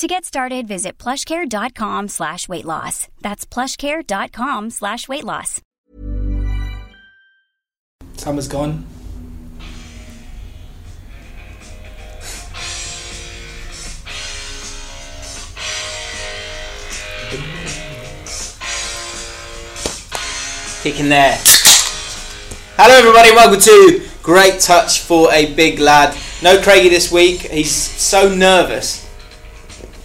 To get started, visit plushcare.com slash weight loss. That's plushcare.com slash weight loss. Summer's gone. Kicking there. Hello, everybody. Welcome to Great Touch for a Big Lad. No Craigie this week. He's so nervous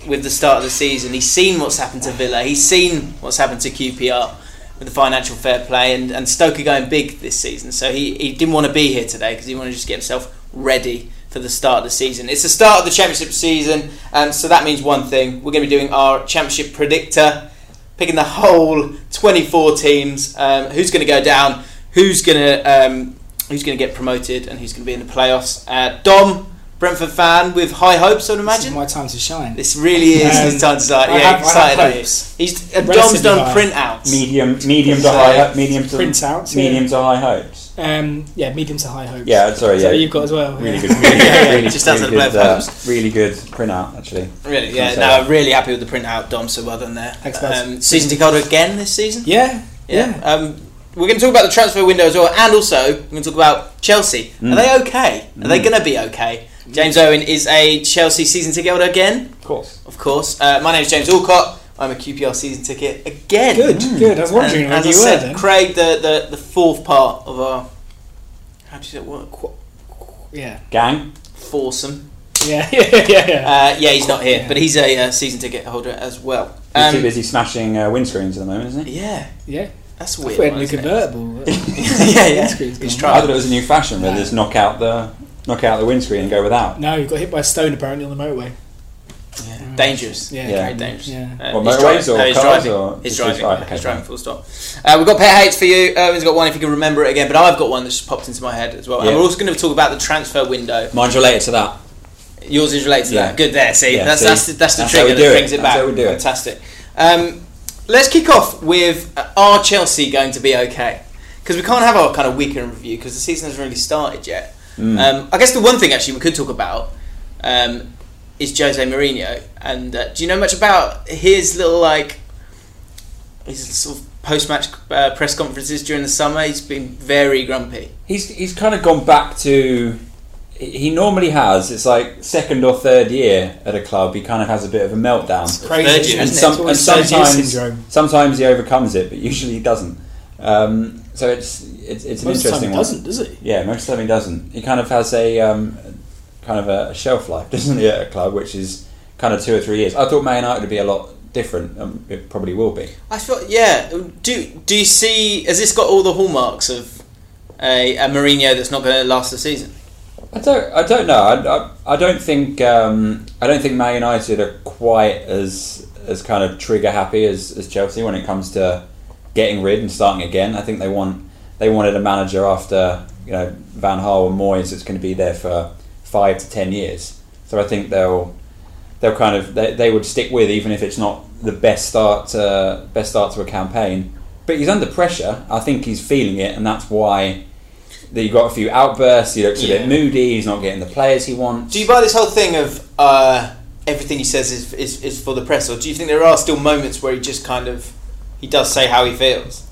with the start of the season. He's seen what's happened to Villa. He's seen what's happened to QPR with the financial fair play and, and Stoke are going big this season. So he, he didn't want to be here today because he wanted to just get himself ready for the start of the season. It's the start of the championship season, um, so that means one thing. We're going to be doing our championship predictor, picking the whole 24 teams, um, who's going to go down, who's going to um, who's going to get promoted, and who's going to be in the playoffs. Uh, Dom, Brentford fan with high hopes, I'd This imagine. is my time to shine. This really is Um, his time to start. I Yeah, have- I excited. have aren't you? hopes. He's uh, Relatively Dom's done high. printouts. Medium, medium to So, high, medium to printouts, yeah. medium to high hopes. Um, yeah, medium to high hopes. Yeah, sorry, So yeah. you've got as well. Really yeah. good, really, good- really, Just outside really the good, Blair uh, Photos. really good printout actually. Really, yeah. Can't No, say. I'm really happy with the printout, Dom. So well done there. Thanks, guys. um, season ticket holder again this season. Yeah, Yeah. Um, we're going to talk about the transfer window as well, and also we're going to talk about Chelsea. Are they okay? Are they going to be okay? James Owen is a Chelsea season ticket holder again, Of course. of course. Uh, my name is James Alcott. I'm a QPR season ticket again. Good, Mm. good. I was And wondering as when I you were said, then. Craig, the, the, the fourth part of our how do you say it? what Qu- yeah, Gang. foursome. yeah, yeah, yeah. yeah. Uh, yeah, he's not here, but he's a uh, season ticket holder as well. He's Um, too busy smashing uh, windscreens at the moment, isn't he? Yeah, yeah. that's a I weird. thought we had one, a new isn't it? convertible. yeah, yeah. Windscreen's He's gone. I trying. thought it was a new fashion where they just knock out the knock out the windscreen and go without. no, you got hit by a stone apparently on the motorway. Yeah. Dangerous. Yeah. Yeah, Yeah. very dangerous. Yeah. Uh, What, he's motorways driving. or no, he's cars driving. or- he's just- driving. just- right, okay, he's driving. Full stop. Uh, we've got pet hates for you. Owen's got one if you can remember it again, but I've got one that's just popped into my head as well. And Yeah. we're also going to talk about the transfer window. Mine's related to that. Yours is related to Yeah. that. Good there. See, Yeah, that's, see? that's the, that's the That's how trigger we do that it. brings it, That's back. how we do it. Fantastic. Um, let's kick off with uh, are Chelsea going to be okay? Because we can't have our kind of weekend review because the season hasn't really started yet. Mm. Um, I guess the one thing actually we could talk about um, is Jose Mourinho. And uh, do you know much about his little like his sort of post-match uh, press conferences during the summer? He's been very grumpy. He's he's kind of gone back to he he normally has. It's like second or third year at a club. He kind of has a bit of a meltdown. Crazy. Third year, isn't it? and, It's some, and always third year sometimes syndrome. sometimes he overcomes it, but usually he doesn't. Um, so it's it's, it's an Most of the interesting time it one. doesn't, does it? Yeah, most of the time he doesn't. He kind of has a um, kind of a shelf life, doesn't he, at a club, which is kind of two or three years. I thought Man United would be a lot different. Um, it probably will be. I thought, yeah. Do do you see? Has this got all the hallmarks of a, a Mourinho that's not going to last the season? I don't. I don't know. I, I, I don't think. Um, I don't think Man United are quite as as kind of trigger happy as, as Chelsea when it comes to getting rid and starting again. I think they want they wanted a manager after you know Van Gaal and Moyes that's going to be there for five to ten years. So I think they'll they'll kind of they, they would stick with even if it's not the best start uh, best start to a campaign. But he's under pressure. I think he's feeling it, and that's why that you got a few outbursts. He looks a Yeah. bit moody. He's not getting the players he wants. Do you buy this whole thing of uh, everything he says is, is is for the press, or do you think there are still moments where he just kind of he does say how he feels?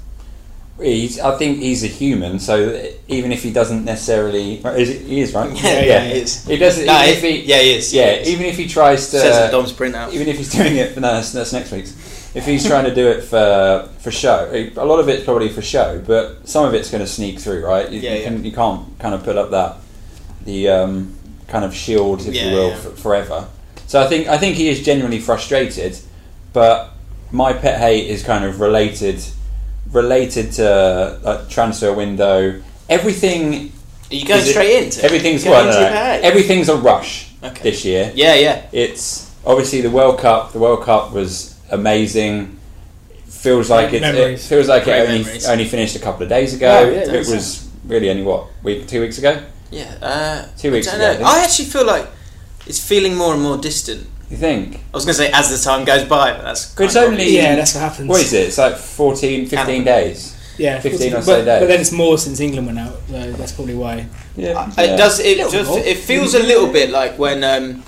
he's, I think he's a human, so even if he doesn't necessarily, right, is it, he is right. Yeah, yeah, he is. He doesn't. No, even if he- he, yeah, he is, he Yeah, is. even if he tries to Says in Dom's printout. even if he's doing it for no, that's, that's next week's. if he's trying to do it for for show, a lot of it's probably for show, but some of it's going to sneak through, right? You, Yeah, you, yeah. Can, you can't kind of put up that the um, kind of shield, if Yeah, you will, yeah. f- forever. So I think I think he is genuinely frustrated, but my pet hate is kind of related related to like transfer window. Everything Are you going is it- straight into it? everything's You're going well, no, into no, your bag. everything's a rush Okay. this year Yeah, yeah. it's obviously the World Cup. The World Cup was amazing. Feels like it, it Memories. feels like Great it only, memories. only finished a couple of days ago. Oh, yeah, it that's was really only what week, two weeks ago. Yeah. Uh, Two weeks I don't ago, I know. think. I actually feel like it's feeling more and more distant. You think? I was going to say as the time goes by, but that's It's kind of only- obvious. Yeah, that's what happens. What is it? It's like 14, 15 Canada. days. Yeah, 15 or but, so days. But then it's more since England went out, though. That's probably why. Yeah, And It does. It Little just. more. It feels a little bit like when um,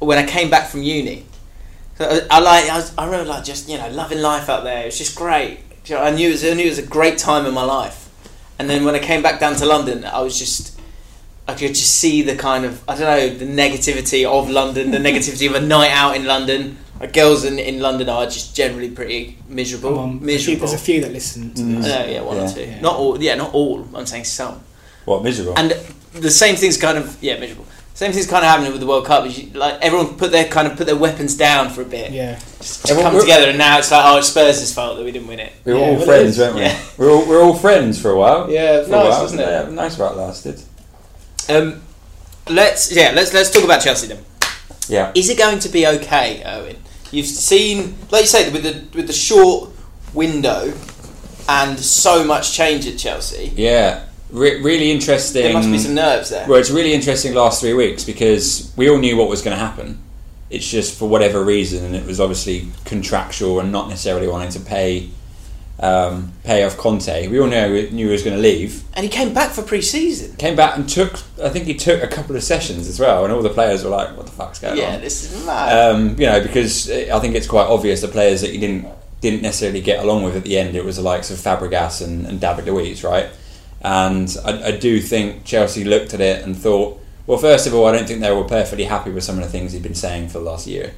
when I came back from uni. So I, I like. I, was, I remember like just you know loving life out there. It was just great. Do you know, I knew it was. I knew it was a great time in my life. And then when I came back down to London, I was just. I could just see the kind of I don't know the negativity of London, the negativity of a night out in London. Like girls in, in London are just generally pretty miserable. Come on, um, there's a few- miserable. There's a few that listen to Mm. this. Uh, yeah, one Yeah. or two. Yeah. Not all. Yeah, not all. I'm saying some. What miserable? And the same thing's kind of yeah miserable. Same thing's kind of happening with the World Cup. is you- Like everyone put their kind of put their weapons down for a bit, Yeah. just to Everyone- come we're- together, and now it's like oh, it's Spurs' fault that we didn't win it. we were yeah, all well, it friends, is. weren't we? Yeah. We were all, we were all friends for a while. Yeah, for a nice, while. wasn't it? Yeah, nice while it lasted. Um, let's yeah let's let's talk about Chelsea then. Yeah. Is it going to be okay, Owen? You've seen like you say with the with the short window and so much change at Chelsea. Yeah. Re- really interesting. There must be some nerves there. Well, it's really interesting last three weeks because we all knew what was going to happen. It's just for whatever reason, and it was obviously contractual and not necessarily wanting to pay um, pay off Conte. We all knew knew he was going to leave. And he came back for pre-season. Came back and took. I think he took a couple of sessions as well, and all the players were like, "What the fuck's going Yeah, on?" this is mad. um, you know, because uh, I think it's quite obvious the players that you didn't didn't necessarily get along with at the end. It was the likes of Fabregas and, and David Luiz, right? And I, I do think Chelsea looked at it and thought, well, first of all, I don't think they were perfectly happy with some of the things he'd been saying for the last year,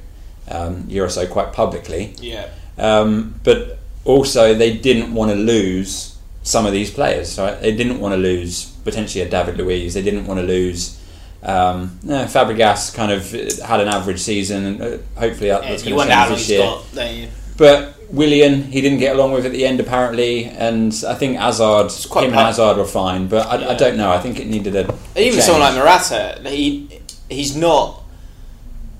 um, year or so, quite publicly. yeah. Um, but also, they didn't want to lose some of these players. Right? They didn't want to lose potentially a David Luiz. They didn't want to lose. Um, no, Fabregas kind of uh, had an average season, and uh, hopefully that- yeah that's you going wonder to how long change this he's year. got. There you- But Willian, he didn't get along with at the end apparently, and I think Hazard, quite him and pa- Hazard were fine. But I, I Yeah. don't know. I think it needed a Even change. someone like Morata, he he's not.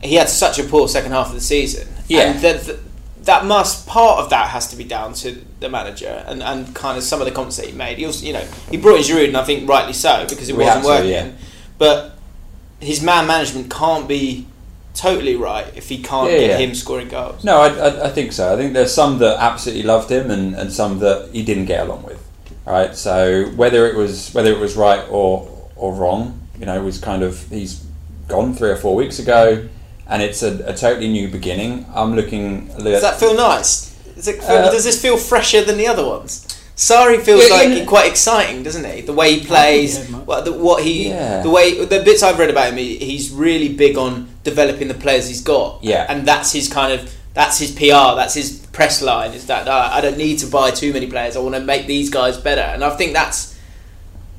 He had such a poor second half of the season. Yeah. and that, that that must part of that has to be down to the manager and, and kind of some of the comments that he made. He also, you know, he brought in Giroud, and I think rightly so because it We had wasn't to, working. yeah. But his man management can't be totally right if he can't Yeah, get yeah. him scoring goals. No, I, I, I think so. I think there's some that absolutely loved him, and, and some that he didn't get along with. All right, so whether it was whether it was right or or wrong, you know, was kind of he's gone three or four weeks ago, and it's a, a totally new beginning. I'm looking. Does that feel nice? Is it, Uh, does this feel fresher than the other ones? Sari feels Yeah, like yeah. quite exciting, doesn't he? The way he plays, Yeah, Mark. what, the, what he, Yeah. the way, the bits I've read about him, he, he's really big on developing the players he's got. Yeah. and that's his kind of that's his PR, that's his press line. Is that uh, I don't need to buy too many players. I want to make these guys better, and I think that's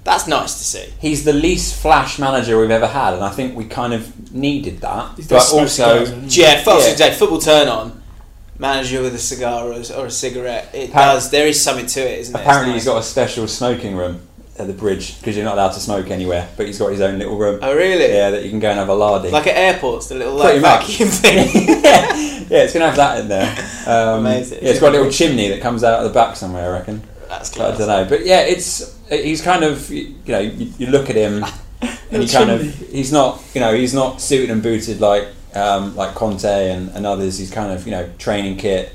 that's nice to see. he's the least flash manager we've ever had, and I think we kind of needed that. He's But smoking also, cigars, isn't he? Yeah, folks, Hmm. Yeah. exactly. oh, Football turn on. Manager with a cigar or a, or a cigarette, it Apparent- does. There is something to it, isn't it? apparently It's nice. he's got a special smoking room at the bridge because you're not allowed to smoke anywhere, but he's got his own little room. Oh, really? Yeah, that you can go and have a lardy. Like at airports, the little like, Pretty much. vacuum thing. yeah, it's gonna have that in there. Um, Amazing. Yeah, it's got a little chimney that comes out of the back somewhere, I reckon. That's But I class. don't know. But yeah, it's he's kind of you know you, you look at him and Little you kind of chimney. he's not you know he's not suited and booted like um, like Conte and, and others. He's kind of you know training kit.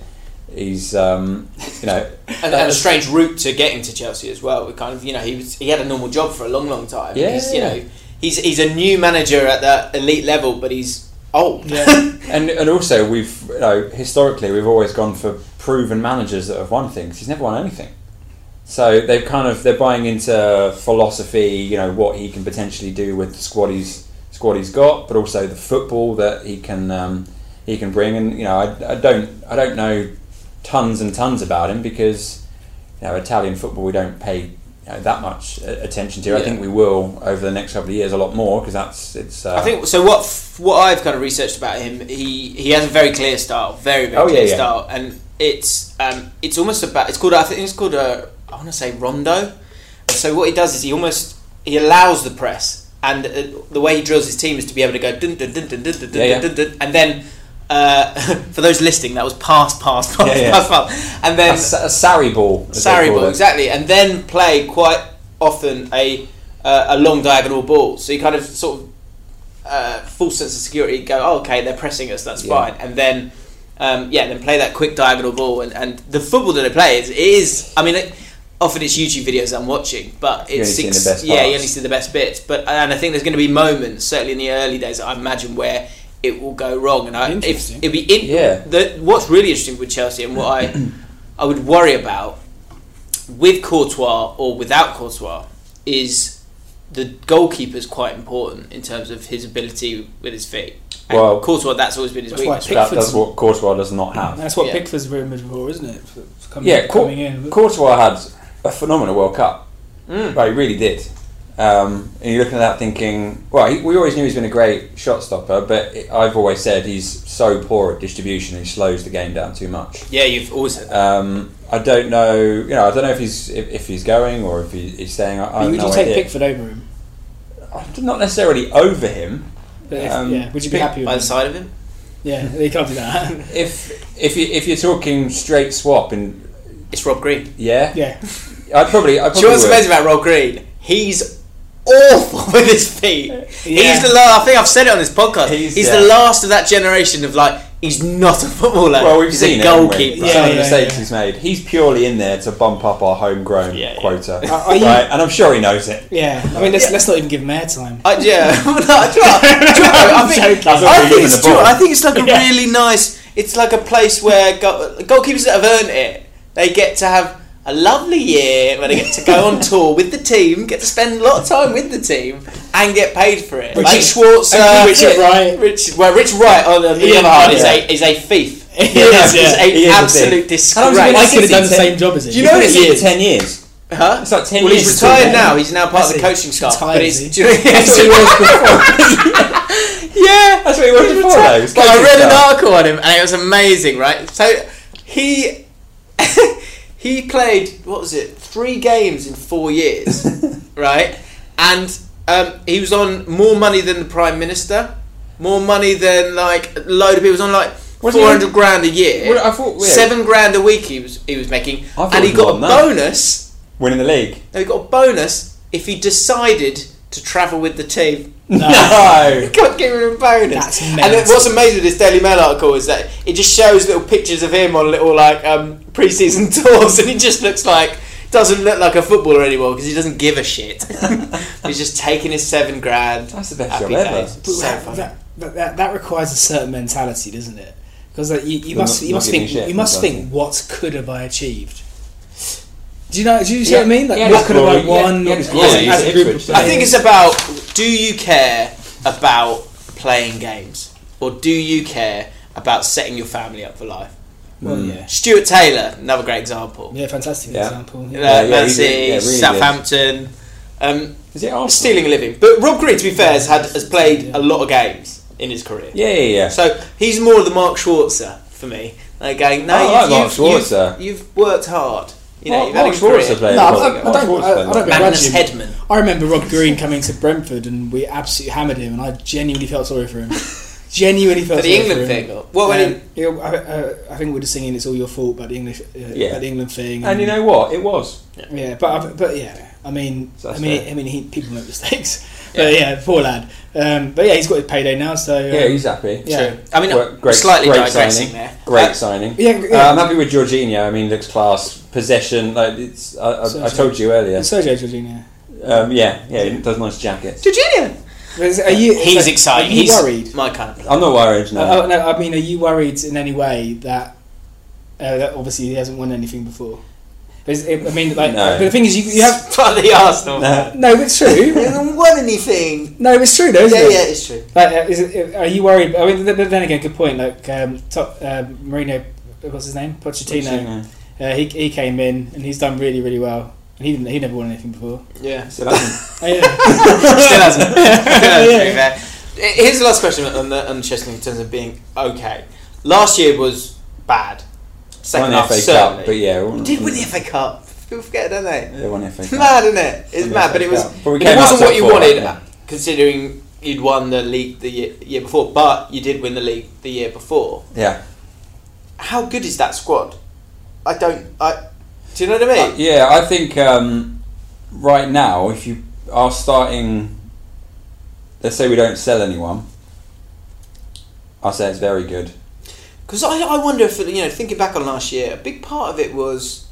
He's um, you know And, and a strange route to getting to Chelsea as well. We kind of, you know, he was he had a normal job for a long, long time. Yeah. He's, you know, he's he's a new manager at that elite level, but he's old. Yeah. and and also we've you know historically we've always gone for proven managers that have won things. He's never won anything. So they've kind of they're buying into philosophy, you know, what he can potentially do with the squad he's squad he's got, but also the football that he can um, he can bring. And you know, I, I don't I don't know tons and tons about him because you know Italian football we don't pay you know, that much uh, attention to. I Yeah. think we will over the next couple of years a lot more because that's it's. Uh, I think so. What f- what I've kind of researched about him, he he has a very clear style, very very Oh, yeah, clear yeah. style, and it's um it's almost about it's called I think it's called a I want to say rondo. And so what he does is he almost he allows the press, and uh, the way he drills his team is to be able to go dun dun dun dun dun dun Yeah, yeah. dun, dun dun, and then. Uh, for those listening, that was pass, pass, pass, Yeah, yeah. pass, pass, and then a, sa- a Sarri ball. as they Sarri call ball, it. exactly, and then play quite often a uh, a long diagonal ball. So you kind of sort of uh, full sense of security. Go, oh, okay, they're pressing us. That's Yeah. fine, and then. Um, yeah, then play that quick diagonal ball, and, and the football that they play is, is I mean, it, often it's YouTube videos I'm watching, but You only it's see the six, best yeah, you parts. only see the best bits. But and I think there's going to be moments, certainly in the early days, I imagine where it will go wrong, and I, if Interesting. it'd be in, Yeah. the, what's really interesting with Chelsea and what I I would worry about with Courtois or without Courtois is the goalkeeper's quite important in terms of his ability with his feet. And Well- Courtois, that's always been his That's why weakness. That, Pickford's- that's what Courtois does not have. That's what Yeah. Pickford's very much for, isn't it? For- for Coming, Yeah, Cour- coming in. Courtois had a phenomenal World Cup. Well, he really did. Um, and you're looking at that thinking, well, he, we always knew he's been a great shot stopper, but it, I've always said he's so poor at distribution, he slows the game down too much. Yeah, you've always said that. Um, I don't know, you know, I don't know if he's if, if he's going or if he, he's staying. I, I have Would no you take idea. Pickford over him? I'm not necessarily over him. But if- Um, yeah, would you be Pick- happy By the with him? side of him, Yeah, they can't do that. If if you if you're talking straight swap and it's Rob Green. yeah, yeah, I'd probably. I'd Do you probably know what's would. amazing about Rob Green? He's awful with his feet. He's the last, I think I've said it on this podcast. He's, He's- the yeah. last of that generation of like, he's not a footballer. Well, we've he's seen a it, haven't we? goalkeeper. Some of Yeah, the yeah, mistakes yeah. he's made. He's purely in there to bump up our homegrown Yeah, yeah. quota, Are- are you- right? And I'm sure he knows it. yeah. I mean, let's, let's not even give him airtime. I, Uh, yeah, no, I, do you know what? Do you know what? I think, That's I what we're think giving it's the do you know ball. what? I think it's like a Yeah. really nice. It's like a place where go, goalkeepers that have earned it, they get to have a lovely year where they get to go on tour with the team, get to spend a lot of time with the team, and get paid for it. like Richard- Schwartz, uh, Okay, Richard Wright. Richard, well, Richard Wright on the Ian other hand is Wright. a is a thief. He is, He's yeah. a He is a absolute thief. disgrace. How long I has he could have done the Ten- same job as him. Do you know what it's He been is. ten years? Huh? It's like ten well, years. he's retired before- now. He's now part of the That's it. coaching staff. Retired, But it's, is he? do you know, That's what he was before. yeah, That's what he was before. Though. He's But I coaching read an staff. article on him, and it was amazing, right? So he he played what was it? Three games in four years, right? And um, he was on more money than the prime minister, more money than like a load of people. He was on like Wasn't four he on- hundred grand a year, Well, I thought- yeah. seven grand a week. He was he was making, thought and it he was got a more than that. bonus. winning the league. No, he got a bonus if he decided to travel with the team. No. God, give him a bonus. That's and mental. then what's amazing with this Daily Mail article is that it just shows little pictures of him on little like um, pre-season tours, and he just looks like doesn't look like a footballer anymore because he doesn't give a shit. He's just taking his seven grand. That's the best Happy job ever. days. But So that, funny. that, that, that, that requires a certain mentality, doesn't it? Because like, you, you They're must not- you not must giving think a shit you must mentality. think what could have I achieved? Do you know? Do you see what I Yeah. mean? Like Yeah, what it's could have I glory. won? Yeah, What- it's glory. as a- It's as a group of Ipswich, players. I think it's about do you care about playing games or do you care about setting your family up for life? well, yeah, Stuart Taylor, another great example. yeah, fantastic Mm. Yeah. example. Uh, Yeah. Yeah, yeah, Nancy, he's really- yeah, really good. Southampton. Um, Is it Arsenal? stealing a living. But Rob Green, to be fair, has had has played a lot of games in his career. Yeah, yeah, yeah. So he's more the Mark Schwarzer for me. Like going, no, I you've, like Mark you've, you've- Schwarzer. You've, worked hard. You know, Mark- you've had a good Mark Schwarzer career. played. No, I, Well, I, I don't. I, I don't begrudge Magnus him. Hedman. I remember Rob Green coming to Brentford and we absolutely hammered him, and I genuinely felt sorry for him. genuinely felt For the sorry England for him. thing. Well, when Um, you know, I, I, I think we're just singing "It's All Your Fault" about the English, uh, Yeah. about the England thing, and you know what? It was. Yeah, but uh, but yeah, I mean, So I that's mean, fair. I mean, he, people make mistakes. But yeah, poor lad. Um, but yeah, he's got his payday now, so um, Yeah, he's happy. yeah. True. I mean, Well, I'm slightly digressing signing. there. Great Uh, signing. Yeah, yeah. Uh, I'm happy with Jorginho. I mean, looks class. Possession. Like it's. I, I, I told you earlier. It's Sergio Jorginho. Um, yeah, yeah. He does nice jackets. Jorginho. But is- Are you? He's so, exciting. Are you He's worried? my kind of player. I'm not worried Oh now. no, I uh, mean, are you worried in any way that, uh, that obviously he hasn't won anything before? But it's- it, I mean, like, No. but the thing is, you, you have But the Arsenal. no. but It's true. They haven't won anything. no, it's true though. Yeah, Isn't yeah, it? it's true. Like, uh, is it, are you worried? I mean, but then again, good point. Like, um, top um, Mourinho, what's his name? Pochettino. Uh, he, he came in and he's done really, really well. And he didn't, he never won anything before. Yeah. Still hasn't. Oh, yeah. Still hasn't. Still hasn't, to be fair. Uh, Here's the last question on the, on the Chelsea in terms of being okay. Last year was bad. Won Second the half, FA certainly. Cup, but yeah, we We did win the FA Cup. People forget, don't they? They won the FA It's Cup. mad, isn't it? It's Won the mad, FA but it was. Cup. But we but it came out wasn't top what you four, wanted, yeah. considering you'd won the league the year, year before. But you did win the league the year before. Yeah. How good is that squad? I don't. I. Do you know what I mean? Uh, yeah, I think um, right now, if you are starting, let's say we don't sell anyone, I'll say it's very good. Because I, I wonder if you know thinking back on last year, a big part of it was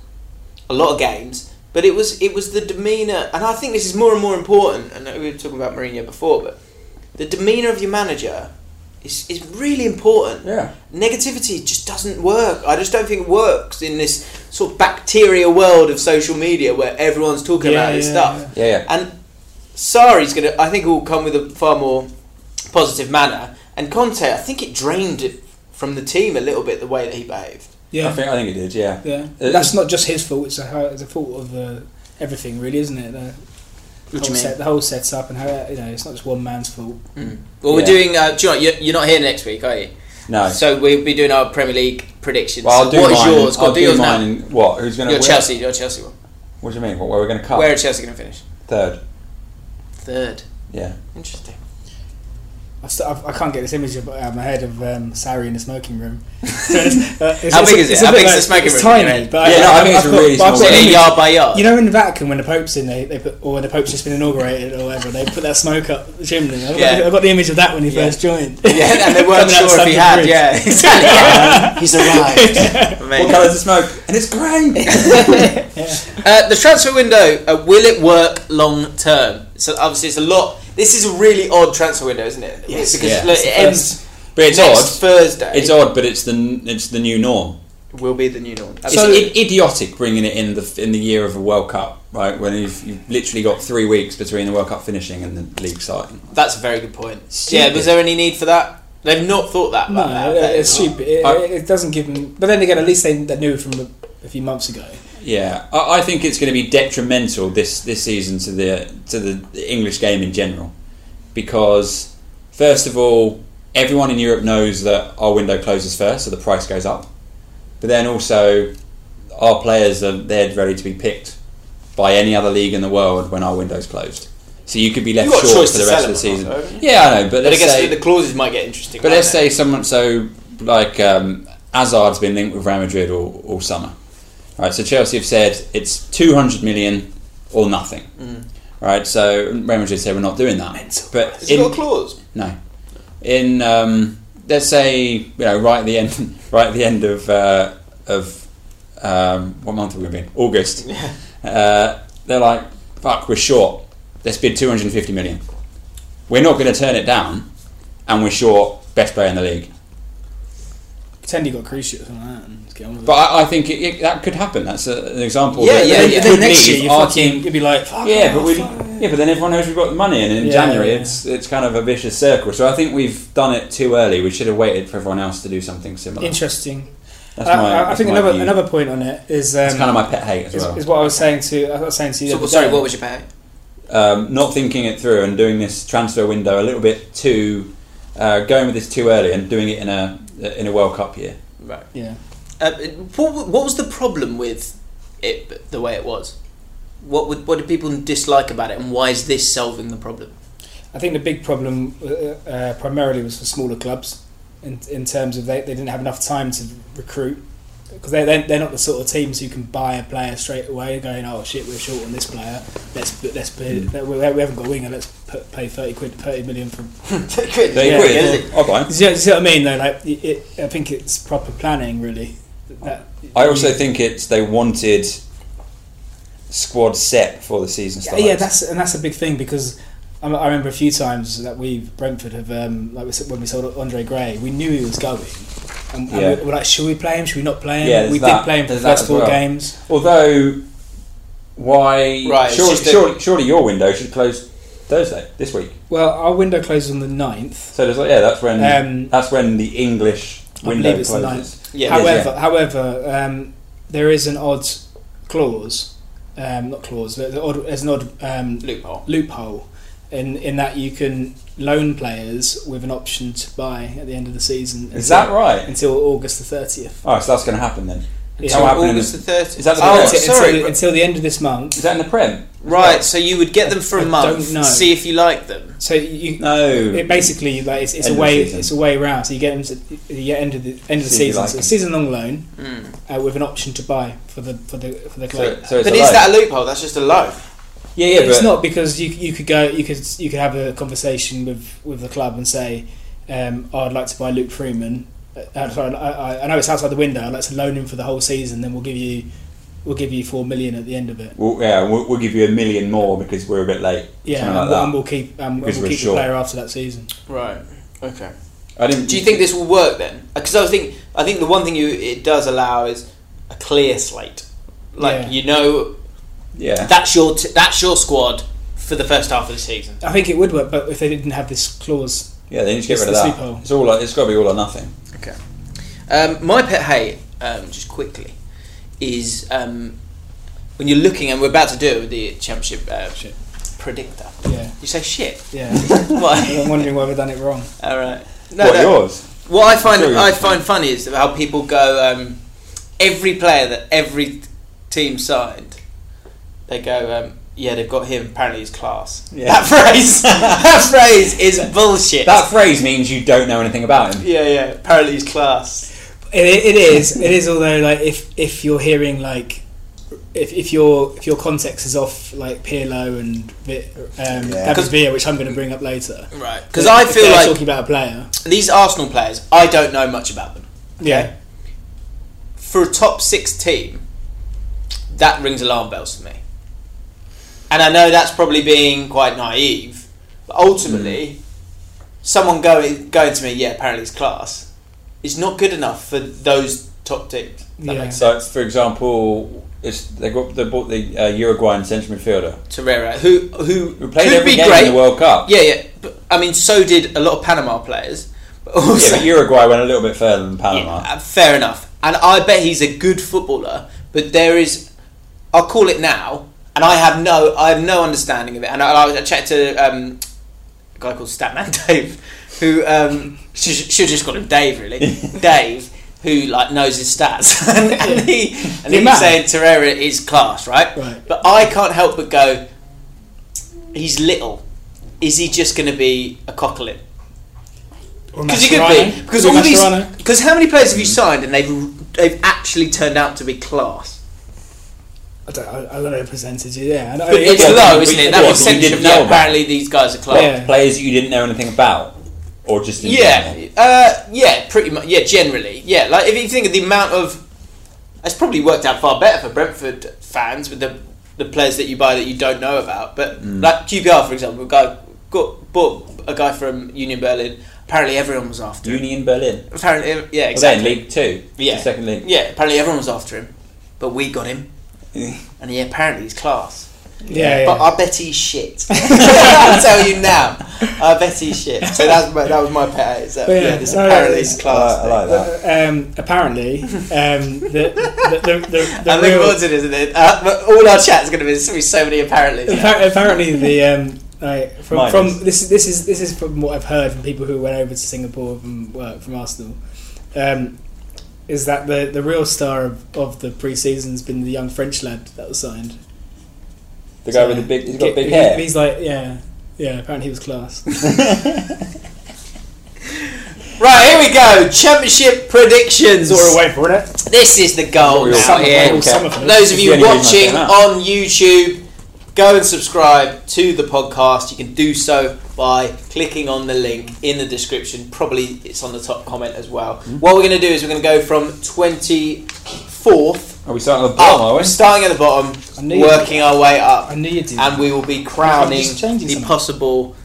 a lot of games, but it was it was the demeanour, and I think this is more and more important. I know we were talking about Mourinho before, but the demeanour of your manager is is really important. Yeah. negativity just doesn't work. I just don't think it works in this sort of bacteria world of social media where everyone's talking Yeah, about this yeah, stuff. Yeah, yeah. And Sari's going to, I think, will come with a far more positive manner. And Conte, I think it drained it from the team a little bit the way that he behaved. I think I think it did. Yeah. Yeah, Uh, that's not just his fault. It's a, how- it's a fault of uh, everything, really, isn't it? The whole, set, the whole sets up and how you know it's not just one man's fault. Well, we're we're Yeah. doing. Uh, do you you're, not here next week, are you? No. So we'll be doing our Premier League predictions. well, I'll do what mine. yours? I'll do mine. in- what? Who's going to Your Chelsea, your Chelsea one. What do you mean? What? Where we're going to cut? Where are Chelsea going to finish? Third. Third. Yeah. Interesting. I, st- I, I can't get this image of- out of my head of um, Sari in the smoking room. So it's- uh, it's- How it's big a- is it? it's a How bit big is like- the smoking it's room? tiny, but Yeah, no, I think it's I've a got- really but I've got small room. an Yeah, image- yard by yard. You know, in the Vatican when the Pope's in, they, they put or when the Pope's just been inaugurated or whatever, they put that smoke up the chimney. I've, Yeah. got, I've got the image of that when he Yeah. first joined. yeah, and they weren't Coming out sure if he Stamford had. Bridge. Yeah, exactly. He's arrived. What colour's the smoke? And it's grey. Uh, the transfer window, uh, will it work long term? So obviously it's a lot. This is a really odd transfer window, isn't it? Yes. because Yeah. look, it ends but it's next odd. Thursday. It's odd, but it's the n- it's the new norm. Will be the new norm. It's I- idiotic bringing it in the in the year of a World Cup, right? When you've, you've literally got three weeks between the World Cup finishing and the league starting. That's a very good point. Stupid. Yeah, was there any need for that? They've not thought that. No, about that. it- That it's is- stupid. It, I- it- it doesn't give them. But then again, at least they, they knew from a, a few months ago. Yeah, I, I think it's going to be detrimental this, this season to the to the English game in general, because first of all, everyone in Europe knows that our window closes first, so the price goes up. But then also, our players are they're ready to be picked by any other league in the world when our window's closed. So you could be left You've got a short choice for to the rest sell of the them or season. not, though, haven't yeah, I know, but But I let's guess say the clauses might get interesting. But aren't let's they? say someone so like um, Hazard's been linked with Real Madrid all, all summer. Right, so Chelsea have said it's two hundred million or nothing. Mm. Right, so Real Madrid said we're not doing that. But Has it got a clause? no. In um, let's say you know right at the end, right at the end of uh, of um, what month are we in? August. Uh, they're like, fuck, we're short. Let's bid 250 million. We're not going to turn it down, and we're short best player in the league. Pretend he got cruise ship or something like that and just get on with But it. I, I think it, it, that could happen. That's a, an example. Yeah, that yeah, that yeah. could Then leave next year, you our fucking- team- you'd be like, fuck yeah, off, but we fuck yeah, but then everyone knows we've got the money, and in Yeah, January yeah. it's it's kind of a vicious circle. So I think we've done it too early. We should have waited for everyone else to do something similar. Interesting. That's I- I, I that's think my another view. another point on it is It's um, kind of my pet hate as is, well. is what I was saying to I was saying to you. So, the other sorry, day. what was your pay? um, not thinking it through and doing this transfer window a little bit too, uh, going with this too early and doing it in a in a World Cup year. Right. Yeah, Uh, what, what was the problem with it? The way it was. What would what did people dislike about it, and why is this solving the problem? I think the big problem uh, uh, primarily was for smaller clubs, in in terms of they, they didn't have enough time to recruit because they they're, they're not the sort of teams who can buy a player straight away going oh shit we're short on this player let's let's pay, we we haven't got a winger let's put, pay thirty quid thirty million for They Oh, Yeah, quit. yeah. I'll buy. Do you, do you see what I mean? Though, like, it, it, I think it's proper planning, really. That- I also think it's they wanted squad set before the season yeah, starts. yeah, that's and that's a big thing because I, I remember a few times that we Brentford have um, like we, s- when we sold Andre Gray, we knew he was going, And, Yeah. and we- we're like, should we play him? Should we not play him? Yeah, there's we that- did play him for the there's that first as four well. games. Although, why? Right, it's surely, just a- surely, surely your window should close Thursday this week. Well, our window closes on the 9th. So there's, yeah, that's when Um, that's when the English I window believe it's the closes. ninth. Yeah. It is, however, however, um, there is an odd clause, um, not clause, but the odd, there's an odd um, Loophole. loophole in in that you can loan players with an option to buy at the end of the season. Is that right? Until August the thirtieth. Oh, so that's going to happen then. Yeah. That'll happen in August the the- 30th. Is that the oh, Prem? until, sorry. until, until the end of this month. Is that in the Prem? right, so you would get them for a I month, don't know. see if you like them. So you No. It basically like it's, it's a End of way season. it's a way around. So you get them to you get end of the end of the See if you season. like so them. season long loan Mm. uh, with an option to buy for the for the for the So, club. so it's But a is loan. that a loophole? That's just a loan. Yeah, yeah, it's but not because you you could go you could you could have a conversation with with the club and say, um, oh, I'd like to buy Luke Freeman. Uh, I'm sorry, I, I- I know it's outside the window. I'd like to loan him for the whole season. Then we'll give you we'll give you four million at the end of it. We'll, yeah, we'll, we'll give you a million more because we're a bit late. Yeah, something and, like we'll, that. and we'll keep um, we'll Because we're keep short. the player after that season. Right. Okay. I didn't. Do you think this will work then? Because I was thinking, I think the one thing you it does allow is a clear slate. Like Yeah. you know, Yeah, that's your t- that's your squad for the first half of the season. I think it would work, but if they didn't have this clause yeah, they need to get It's rid of the that. loophole. It's all. It's got to be all or nothing. Okay. Um, my pet hate, um, just quickly, is um, when you're looking, and we're about to do it with the championship uh, predictor. Yeah, You say shit. yeah. What? I'm wondering why we've done it wrong. All right. No, what no. yours? What I find Sure, yeah. I find funny is how people go. Um, every player that every team signed, they go, um, "Yeah, they've got him. Apparently, he's class." Yeah. That phrase, that phrase is bullshit. That phrase means you don't know anything about him. yeah, yeah. Apparently, he's class. It, it is. It is. Although, like, if if you're hearing like, if, if your if your context is off, like Pirlo and Vi- um, Yeah. David Villa, which I'm going to bring up later, Right. Because I If feel they're like talking about a player. these Arsenal players, I don't know much about them. Yeah, For a top six team, that rings alarm bells for me. And I know that's probably being quite naive, but Mm. ultimately, someone going going to me, yeah, apparently it's class, is not good enough for those top teams. That Yeah. makes sense. So, for example, it's, they got they bought the uh, Uruguayan central midfielder Torreira, who who who played could every be game great. in the World Cup. Yeah, yeah. But, I mean, so did a lot of Panama players. But also, Yeah, but Uruguay went a little bit further than Panama. Yeah, uh, fair enough. And I bet he's a good footballer, but there is, I'll call it now, and I have no, I have no understanding of it. And I, I checked to um, a guy called Statman Dave, who um, should, should just call him Dave really, Dave, who like knows his stats, and, and he and The he was man. saying Torreira is class, right? Right. But I can't help but go, he's little. Is he just going to be a cocklin? Because you could be because all these because how many players have you signed and they've they've actually turned out to be class? I don't, I, I don't know the percentage. Yeah, I know, It's yeah, low, but isn't you- it? That yeah, but you percentage didn't of know yeah, about apparently these guys are class. Yeah. Players that you didn't know anything about, or just in general. Yeah, uh, yeah, pretty much. Yeah, generally, yeah. Like if you think of the amount of, it's probably worked out far better for Brentford fans with the the players that you buy that you don't know about. But Mm. like QPR, for example, a guy got bought a guy from Union Berlin. Apparently, everyone was after. him. Union Berlin. Apparently, yeah, Well, they're in exactly. League Two, Yeah. the second league. Yeah, apparently everyone was after him, but we got him, and he apparently he's class. Yeah, yeah. But I bet he's shit. I'll tell you now. I bet he's shit. So that's my, that was my pet hate. So, But yeah, yeah, this so- apparently he's I, class. I like that. um, apparently, um, the the the, the, the I look real- forward to it, isn't it? Uh, but all our chat's going to be so many apparently. Appar- apparently the um, like, from, Minus. from this is- this is this is from what I've heard from people who went over to Singapore from work from Arsenal, um, is that the the real star of, of the pre-season's been the young French lad that was signed. The guy with the big, he's got He- big he- hair. He's like yeah. Yeah, apparently he was class. Right, here we go. Championship predictions. away for it. This is the goal Or now. your- Some of yeah. them, some of them. Those of It's you the only reason I watching came out. on YouTube, go and subscribe to the podcast. You can do so by clicking on the link in the description. Probably it's on the top comment as well. Hmm. What we're going to do is we're going to go from 24th Are we starting at the up. bottom? Are We're we? starting at the bottom, Oh, I knew you- working our way up, I knew you'd do and that. we will be I'm crowning just changing the something. possible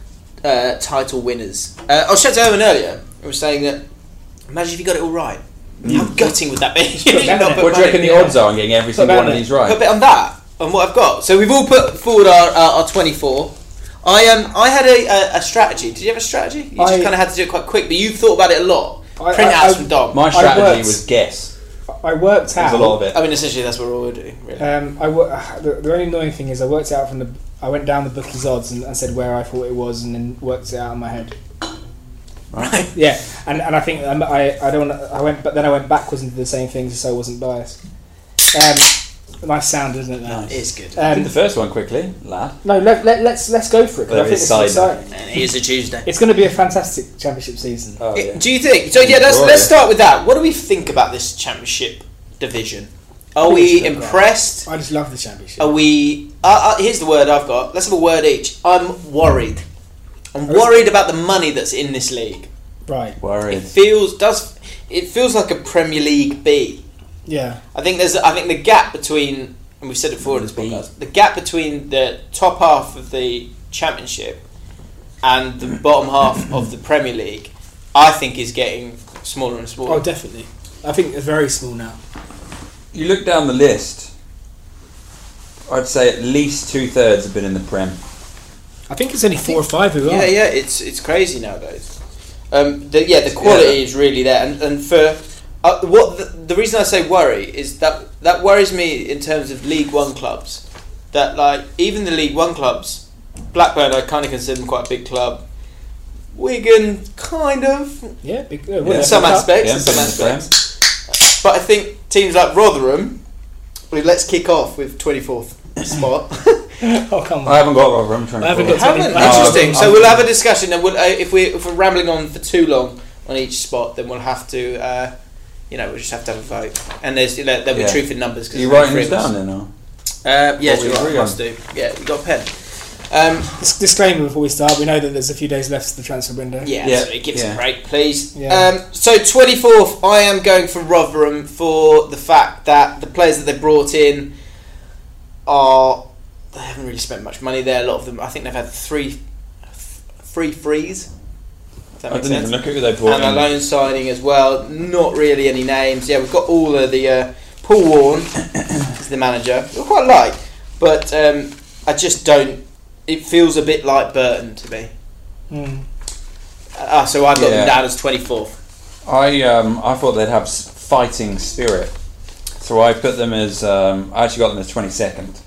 uh, title winners. Uh, I was chatting to Owen earlier. I was saying that imagine if you got it all right. How gutting would that be? put that Not in put it. What do you reckon money- the odds are on getting every single that one of in. these Put a right? bit on that, on what I've got. So we've all put forward our, our, our 24. I um I had a, a, a strategy. Did you have a strategy? You I- just kind of had to do it quite quick, but you've thought about it a lot. I- Printouts I- I- from Dom. My I strategy worked- Uh, was guess. I worked out. There's a lot of it. I mean, essentially, that's what we're all doing. Really. Um, I wo- the, the only annoying thing is I worked out from the. I went down the bookies odds and, and said where I thought it was, and then worked it out in my head. Right. Yeah, and, and I think um, I I don't wanna- I went but then I went backwards and did the same things so I wasn't biased. Um, nice sound, isn't it? That? It is good. Did the Um, first one quickly, lad. no, let, let, let's let's go for it. 'cause There I think is it's side. exciting. And it is a Tuesday. It's going to be a fantastic championship season. Oh, yeah. Do you think? So yeah, let's Enjoy let's it. start with that. What do we think about this championship division? Are we Championship. impressed? I just love the championship. Are we? Uh, uh, here's the word I've got. Let's have a word each. I'm worried. I'm worried about the money that's in this league. Right? Worried. It feels does it feels like a Premier League B. Yeah. I think there's I think the gap between and we've said it before in this B. podcast. The gap between the top half of the Championship and the bottom half of the Premier League, I think, is getting smaller and smaller. Oh, definitely. I think it's very small now. You look down the list. I'd say at least two thirds have been in the Prem. I think it's only four or five who Yeah, yeah, it's it's crazy nowadays. Um, the, yeah, the quality Yeah. is really there, and and for uh, what the, the reason I say worry is that that worries me in terms of League One clubs. That like even the League One clubs, Blackburn, I kind of consider them quite a big club. Wigan, kind of, Yeah, big, uh, in well, some they're- aspects, Yeah, in some been in the Prem. aspects. But I think teams like Rotherham. Well, let's kick off with twenty fourth spot. Oh come I on! haven't got Rotherham. I'm trying to I haven't call got it. Haven't Oh, interesting. I'm- so I'm- we'll have a discussion, and we'll, uh, if we if we're rambling on for too long on each spot, then we'll have to, uh, you know, we'll just have to have a vote. And there's you know, there'll be Yeah. truth in numbers. Are Cause you there's writing only this three of down us. then? Or? Uh, yeah, What we you're right. agree I must do. Yeah, you got a pen. Um, Dis- Disclaimer before we start: we know that there's a few days left to the transfer window. yeah, Yeah, so give us yeah. a break, please. Yeah. Um, so twenty fourth, I am going for Rotherham for the fact that the players that they brought in are they haven't really spent much money there. A lot of them, I think they've had three, three frees. If that I makes didn't sense. even look at who they brought and a in. loan signing as well. Not really any names. Yeah, we've got all of the uh, Paul Warren is the manager. who I quite like, but um, I just don't. It feels a bit like Burton to me. Mm. Uh, so I've got Yeah. them down as twenty fourth. I um, I thought they'd have s- fighting spirit, so I put them as um, I actually got them as twenty second.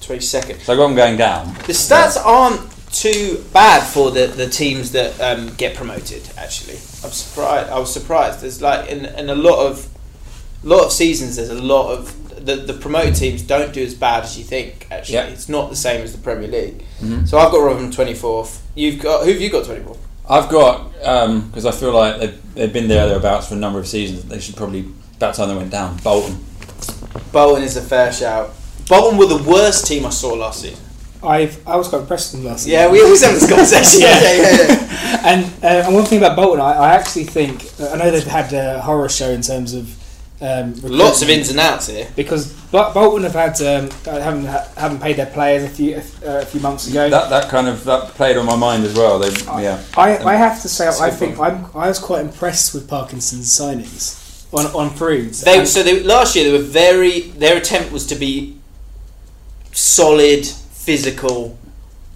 Twenty second. So I got them going down. The stats aren't too bad for the, the teams that um, get promoted. Actually, I'm surprised. I was surprised. There's like in, in a lot of lot of seasons. There's a lot of the, the promoted teams don't do as bad as you think. Actually, Yeah. it's not the same as the Premier League. So I've got Rotherham 24th. You've got who've you got 24th? I've got because I feel like they've, they've been there thereabouts for a number of seasons. They should probably about time they went down. Bolton. Bolton is a fair shout. Bolton were the worst team I saw last season. I've I was quite impressed with them last Yeah, season. we always have this conversation. yeah, yeah, yeah. yeah. and uh, and one thing about Bolton, I, I actually think uh, I know they've had a horror show in terms of um, Lots of recruitment. ins and outs here. because Bo- Bolton have had um, haven't haven't paid their players a few uh, a few months ago. That that kind of that played on my mind as well. They yeah. I, I have to say That's a I good think I'm, I was quite impressed with Parkinson's signings on on prudes. They And- so they, last year they were very. Their attempt was to be solid, physical,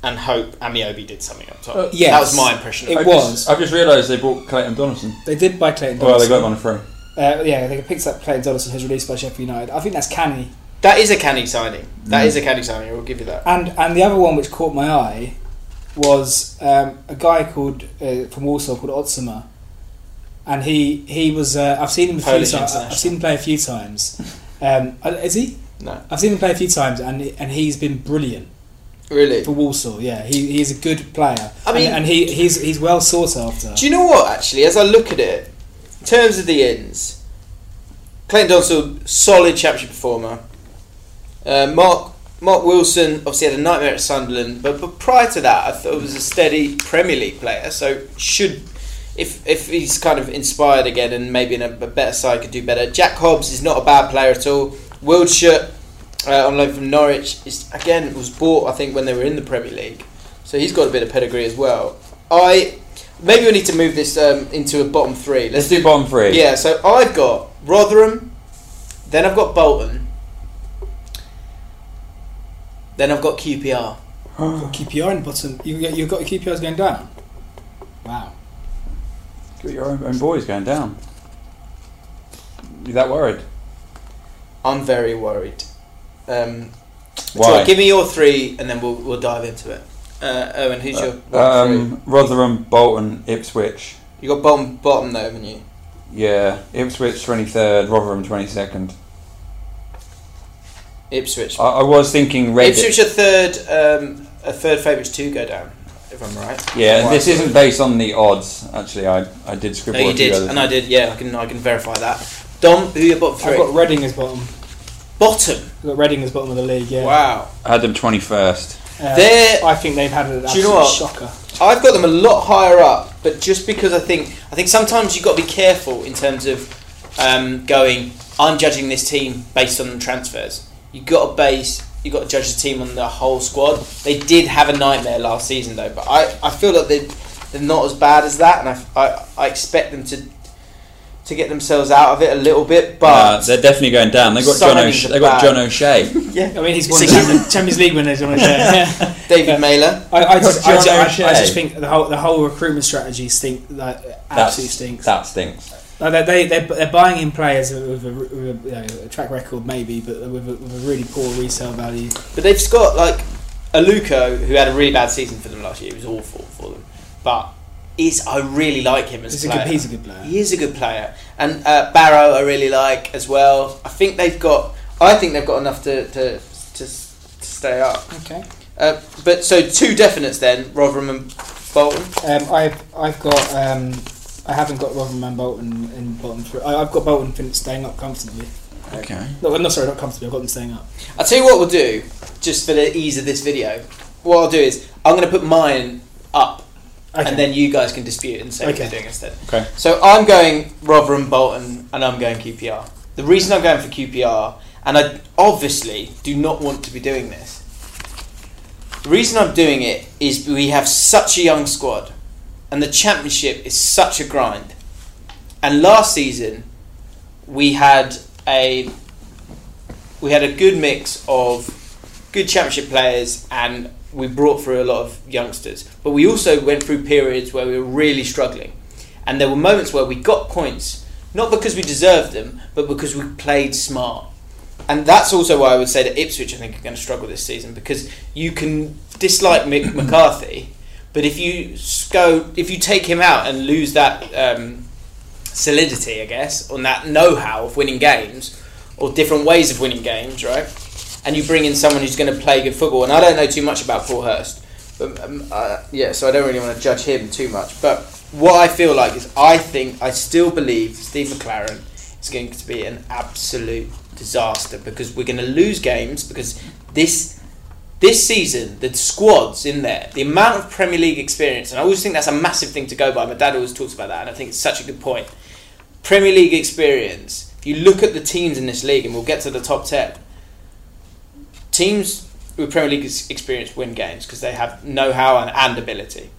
and hope Amiobi did something up top. Uh, yes. that was my impression. Of It it. I've was. Just, I've just realised they brought Clayton Donaldson. they did buy Oh, Clayton. Well, Donaldson. they got him on a free. Uh, yeah, they picked up Clayton Donaldson, who's released by Sheffield United. I think that's canny. That is a canny signing. Mm. That is a canny signing. I will give you that. And and the other one which caught my eye was um, a guy called uh, from Warsaw called Otsuma, and he he was uh, I've seen him a Polish few times. international. I've seen him play a few times. Um, I- is he? No, I've seen him play a few times, and and he's been brilliant really. for Warsaw. Yeah, he, he's a good player. I mean- and, and he he's he's well sought after. Do you know what? Actually, as I look at it, in terms of the ins, Clayton Donaldson, solid championship performer. Uh, Mark Mark Wilson obviously had a nightmare at Sunderland, but, but prior to that, I thought it was a steady Premier League player. So should if if he's kind of inspired again and maybe in a, a better side could do better. Jack Hobbs is not a bad player at all. Wiltshire uh, on loan from Norwich is again was bought I think when they were in the Premier League, so he's got a bit of pedigree as well. I maybe we need to move this um, into a bottom three. Let's Let's do bottom three. yeah, so I've got Rotherham, then I've got Bolton, then I've got QPR. Got QPR in the bottom. You, you've got QPR's going down. Wow. Got your own, own boys going down. You that worried? I'm very worried. Um, Why? so give me your three, and then we'll we'll dive into it. Uh, Owen, who's your one, three? Um, Rotherham, Bolton, Ipswich. You got bottom bottom though, haven't you? Yeah, Ipswich twenty third, Rotherham twenty second. Ipswich. I, I was thinking Reading. Ipswich are third. Um, a third favourites to go down. If I'm right. Yeah, Right. this isn't based on the odds. Actually, I I did No, scribble. you a few did, others. and I did. Yeah, I can I can verify that. Dom, who your bottom I've three? got Reading as bottom. bottom. I've got Reading as bottom of the league, yeah. Wow. I had them twenty first. Uh, They're- I think they've had an Do you absolute know what? shocker. I've got them a lot higher up, but just because I think I think sometimes you've got to be careful in terms of um, going. I'm judging this team based on transfers. You got to base. You got to judge the team on the whole squad. They did have a nightmare last season though, but I, I feel that they they're not as bad as that, and I, I, I expect them to to get themselves out of it a little bit. Uh, But they're definitely going down. They got John. Signings O'Sh- are they got bad. John O'Shea. yeah, I mean, he's won Six- Champions, Champions League winners on a yeah. David Mailer. I, I, just, I, John ju- I- I O'Shea. just think the whole the whole recruitment strategy stink like absolutely stinks. That stinks. Like they they they're, they're buying in players with a, with a, you know, a track record maybe, but with a, with a really poor resale value. But they've just got like Aluko, who had a really bad season for them last year. It was awful for them. But is I really like him as He's a a player. good, he's a good player. He is a good player, and uh, Barrow I really like as well. I think they've got. I think they've got enough to to to, s- to stay up. Okay. Uh, but so two definites then, Rotherham and Bolton. Um, I've I've got um, I haven't got Rotherham and Bolton in bottom three. I, I've got Bolton fin- staying up comfortably. Okay. No, I'm not sorry, not comfortably. I've got them staying up. I'll tell you what we'll do, just for the ease of this video. What I'll do is I'm going to put mine up, Okay. and then you guys can dispute and say what Okay. you're doing instead. Okay. So I'm going Rotherham, Bolton, and I'm going QPR. The reason I'm going for QPR, and I obviously do not want to be doing this. The reason I'm doing it is we have such a young squad, and the championship is such a grind. And last season, we had a we had a good mix of good championship players and we brought through a lot of youngsters. But we also went through periods where we were really struggling. And there were moments where we got points, not because we deserved them, but because we played smart. And that's also why I would say that Ipswich, I think, are going to struggle this season because you can dislike Mick McCarthy, but if you s- go, if you take him out and lose that um, solidity, I guess, on that know-how of winning games or different ways of winning games, right? And you bring in someone who's going to play good football. And I don't know too much about Paul Hurst, but um, uh, yeah, so I don't really want to judge him too much. But what I feel like is, I think I still believe Steve McLaren is going to be an absolute disaster because we're going to lose games because this this season, the squads in there, the amount of Premier League experience, and I always think that's a massive thing to go by. My dad always talks about that, and I think it's such a good point. Premier League experience. If you look at the teams in this league, and we'll get to the top ten, teams with Premier League ex- experience win games because they have know-how and, and ability.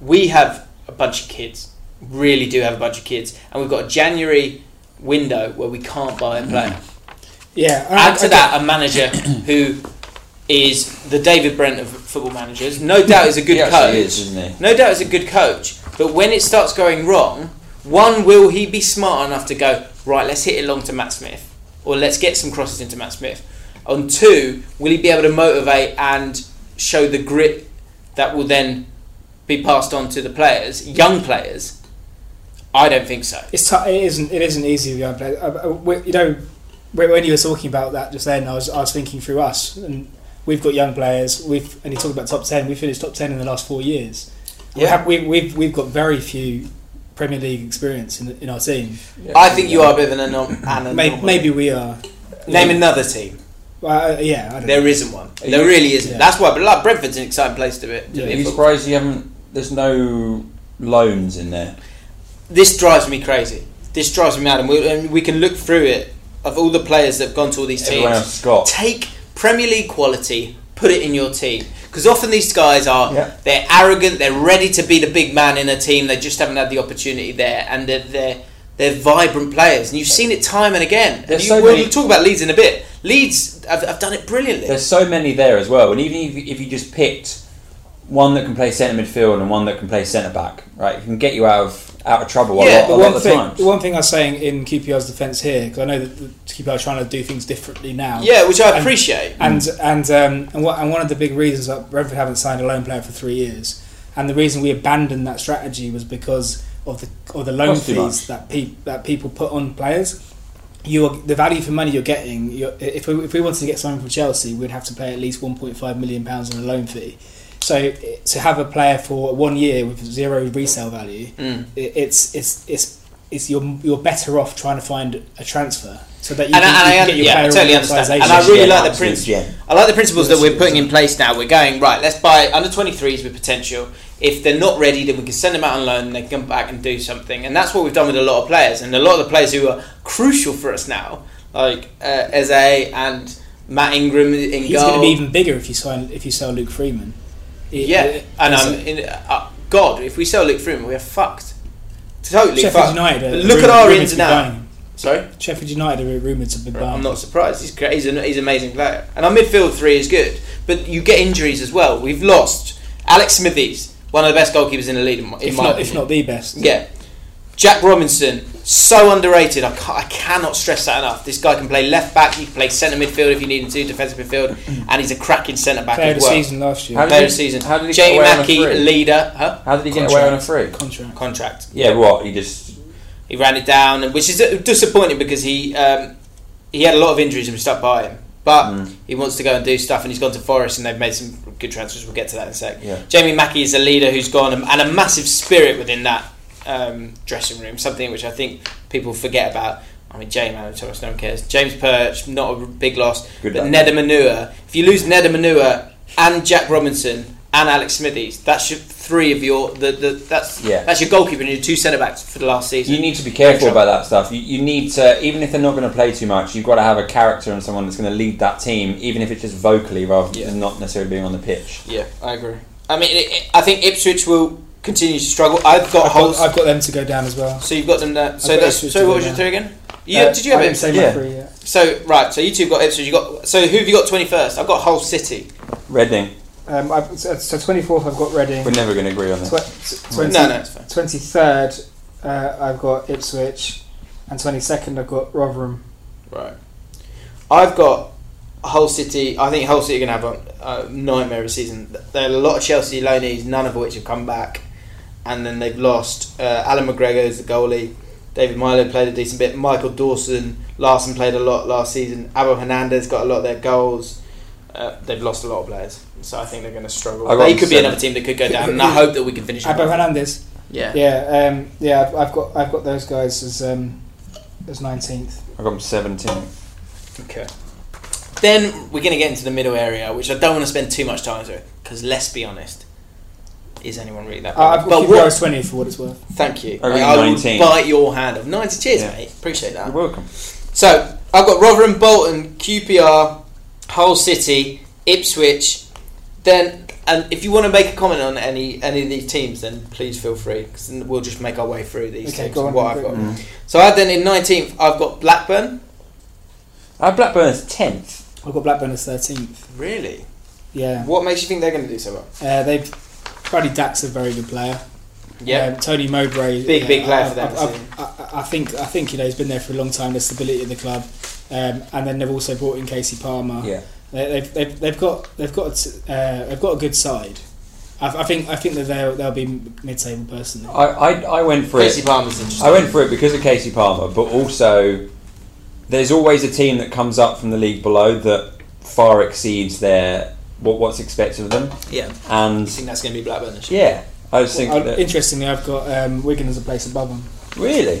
We have a bunch of kids, really do have a bunch of kids, and we've got a January window where we can't buy a player. Yeah. I- Add I- to that a manager who is the David Brent of football managers. No doubt is a good He actually coach. is, isn't he? No doubt is a good coach. But when it starts going wrong, one will he be smart enough to go right? Let's hit it long to Matt Smith, or let's get some crosses into Matt Smith. On two, will he be able to motivate and show the grit that will then be passed on to the players, young players? I don't think so. It's t- it isn't it isn't easy with young players. Uh, uh, we- You know, when when you were talking about that just then, I was I was thinking through us and we've got young players. We've and you talk about top ten. We finished top ten in the last four years. We Yeah. have, we, we've we've got very few Premier League experience in, in our team. I think you are a bit of an anom- an Maybe, anomaly. maybe we are. Name another team. Well, uh, yeah, I don't know. There isn't one. There you- really isn't. yeah. That's why. But like Brentford's an exciting place to be. to Yeah, Are be you football. surprised you haven't? There's no loans in there. this drives me crazy. This drives me mad, and we, and we can look through it of all the players that have gone to all these Everyone else teams. has got. Take Premier League quality, put it in your team, because often these guys are Yeah. they're arrogant, they're ready to be the big man in a team. They just haven't had the opportunity there, and they're, they're They're vibrant players, and you've seen it time and again. And There's you, so we'll many- talk about Leeds in a bit. Leeds have, have done it brilliantly. There's so many there as well, and even if, if you just picked one that can play centre midfield and one that can play centre back, right, it can get you out of out of trouble a Yeah, lot, but a The lot one, of the thing, times. the one thing I was saying in QPR's defence here, because I know that the- QPR are trying to do things differently now. yeah, which I appreciate. And and um, and, what, and one of the big reasons that Brentford haven't signed a loan player for three years, and the reason we abandoned that strategy was because of the of the loan Cost too much. fees that pe- that people put on players. You are, the value for money you're getting. You're, if we if we wanted to get someone from Chelsea, we'd have to pay at least 1.5 million pounds on a loan fee. So to have a player for one year with zero resale value, Mm. i- it's it's it's. It's you're, you're better off trying to find a transfer so that you And can, I- you and can I- get your yeah, I player totally in understand. organisation. And I really like the absolute prince- gem. I like the principles that we're putting in place now. We're going right. Let's buy under 23s with potential. If they're not ready, then we can send them out on loan and they can come back and do something. And that's what we've done with a lot of players. And a lot of the players who are crucial for us now, like uh, Eze and Matt Ingram in He's goal. going to be even bigger if you sign if you sell Luke Freeman. It- yeah, it- and it's- um, in, uh, God, if we sell Luke Freeman, we are fucked. Totally Sheffield fucked. United. Are But look at our rumoured ins to and be buying outs. him. Sorry. Sheffield United are rumoured to be buying. I'm not surprised. He's great. He's an, he's an amazing player. And our midfield three is good, but you get injuries as well. We've lost Alex Smithies, one of the best goalkeepers in the league. In my, in if my not, if opinion. not the best. yeah. Jack Robinson, so underrated. I, ca- I cannot stress that enough. This guy can play left back. He can play centre midfield if you need him to, defensive midfield, and he's a cracking centre back Mm-hmm. Player of as the well. season last year. How did Player he- of the season. how did he get Jamie away on a Mackey, free? leader. Huh? How did he get Contract. away on a free? Contract. Contract. Yeah, what he just He ran it down, and which is disappointing because he um, he had a lot of injuries and we stuck by him. But Mm. he wants to go and do stuff, and he's gone to Forest, and they've made some good transfers. We'll get to that in a sec. Yeah. Jamie Mackey is a leader who's gone, and and a massive spirit within that um, dressing room. Something which I think people forget about. I mean, Jamie Allen Thomas, no one cares. James Perch, not a big loss. Good but luck. Neda Manua. If you lose Neda Manua and Jack Robinson and Alex Smithies, that's your three of your the, the that's Yeah. that's your goalkeeper and your two centre backs for the last season. you need to be careful about that stuff. You, you need to, even if they're not going to play too much, you've got to have a character and someone that's going to lead that team, even if it's just vocally rather than Yeah. just not necessarily being on the pitch. Yeah, I agree. I mean, it, it, I think Ipswich will continue to struggle. I've got I've holes. got, I've got them to go down as well. so you've got them there. So got that's Ipswich so. What to was go your down. two again? Yeah, did you have I didn't Ipswich? say Yeah. Maffrey yet. So right, so you two got Ipswich. You got so who have you got twenty first? I've got Hull City. Reading, Um, I've, so so 24th I've got Reading. we're never going to agree on this. Tw- No, 20, no, it's fine. 23rd uh, I've got Ipswich, and 22nd I've got Rotherham. Right. I've got Hull City. I think Hull City are going to have a, a nightmare of a season. There are a lot of Chelsea loanees, none of which have come back, and then they've lost. Uh, Alan McGregor is the goalie. David Milo played a decent bit. Michael Dawson, Larson played a lot last season. Abel Hernandez got a lot of their goals. Uh, they've lost a lot of players, so I think they're going to struggle. I got They them could be seven. another team that could go down, and I hope that we can finish. Abba above. Hernandez. Yeah. Yeah, um, yeah. I've, I've got I've got those guys as um, as 19th. I've got them 17. Okay. Then we're going to get into the middle area, which I don't want to spend too much time with, because let's be honest, is anyone really that? Uh, I've bothered? but got what? QPR's 20th for what it's worth. Thank you. I read I will 19. bite your hand off. Ninety. Cheers, Yeah. mate. Appreciate You're that. welcome. So I've got Rotherham, Bolton, QPR, Hull City, Ipswich. Then, and if you want to make a comment on any any of these teams, then please feel free, because we'll just make our way through these Okay, teams. go and on, what I've go got. on. So I then in nineteenth, I've got Blackburn. I have Blackburn as 10th. I've got Blackburn as 13th. Really? Yeah, What makes you think they're going to do so well? uh, they've. Bradley Dack's a very good player. um, Tony Mowbray, Big, yeah, big player I, for them, I, I, I, I think I think you know he's been there for a long time. The stability of the club, um, and then they've also brought in Casey Palmer. Yeah. They, they've, they've, they've got they've got a t- uh, they've got a good side. I, I think I think that they'll they'll be mid-table personally. I, I, I went for Casey it. Palmer's interesting. I went for it because of Casey Palmer, but also there's always a team that comes up from the league below that far exceeds their what, what's expected of them. Yeah, I And think that's going to be Blackburn this year. yeah, I just think I- that, Oh, interestingly, I've got um, Wigan as a place above them. really.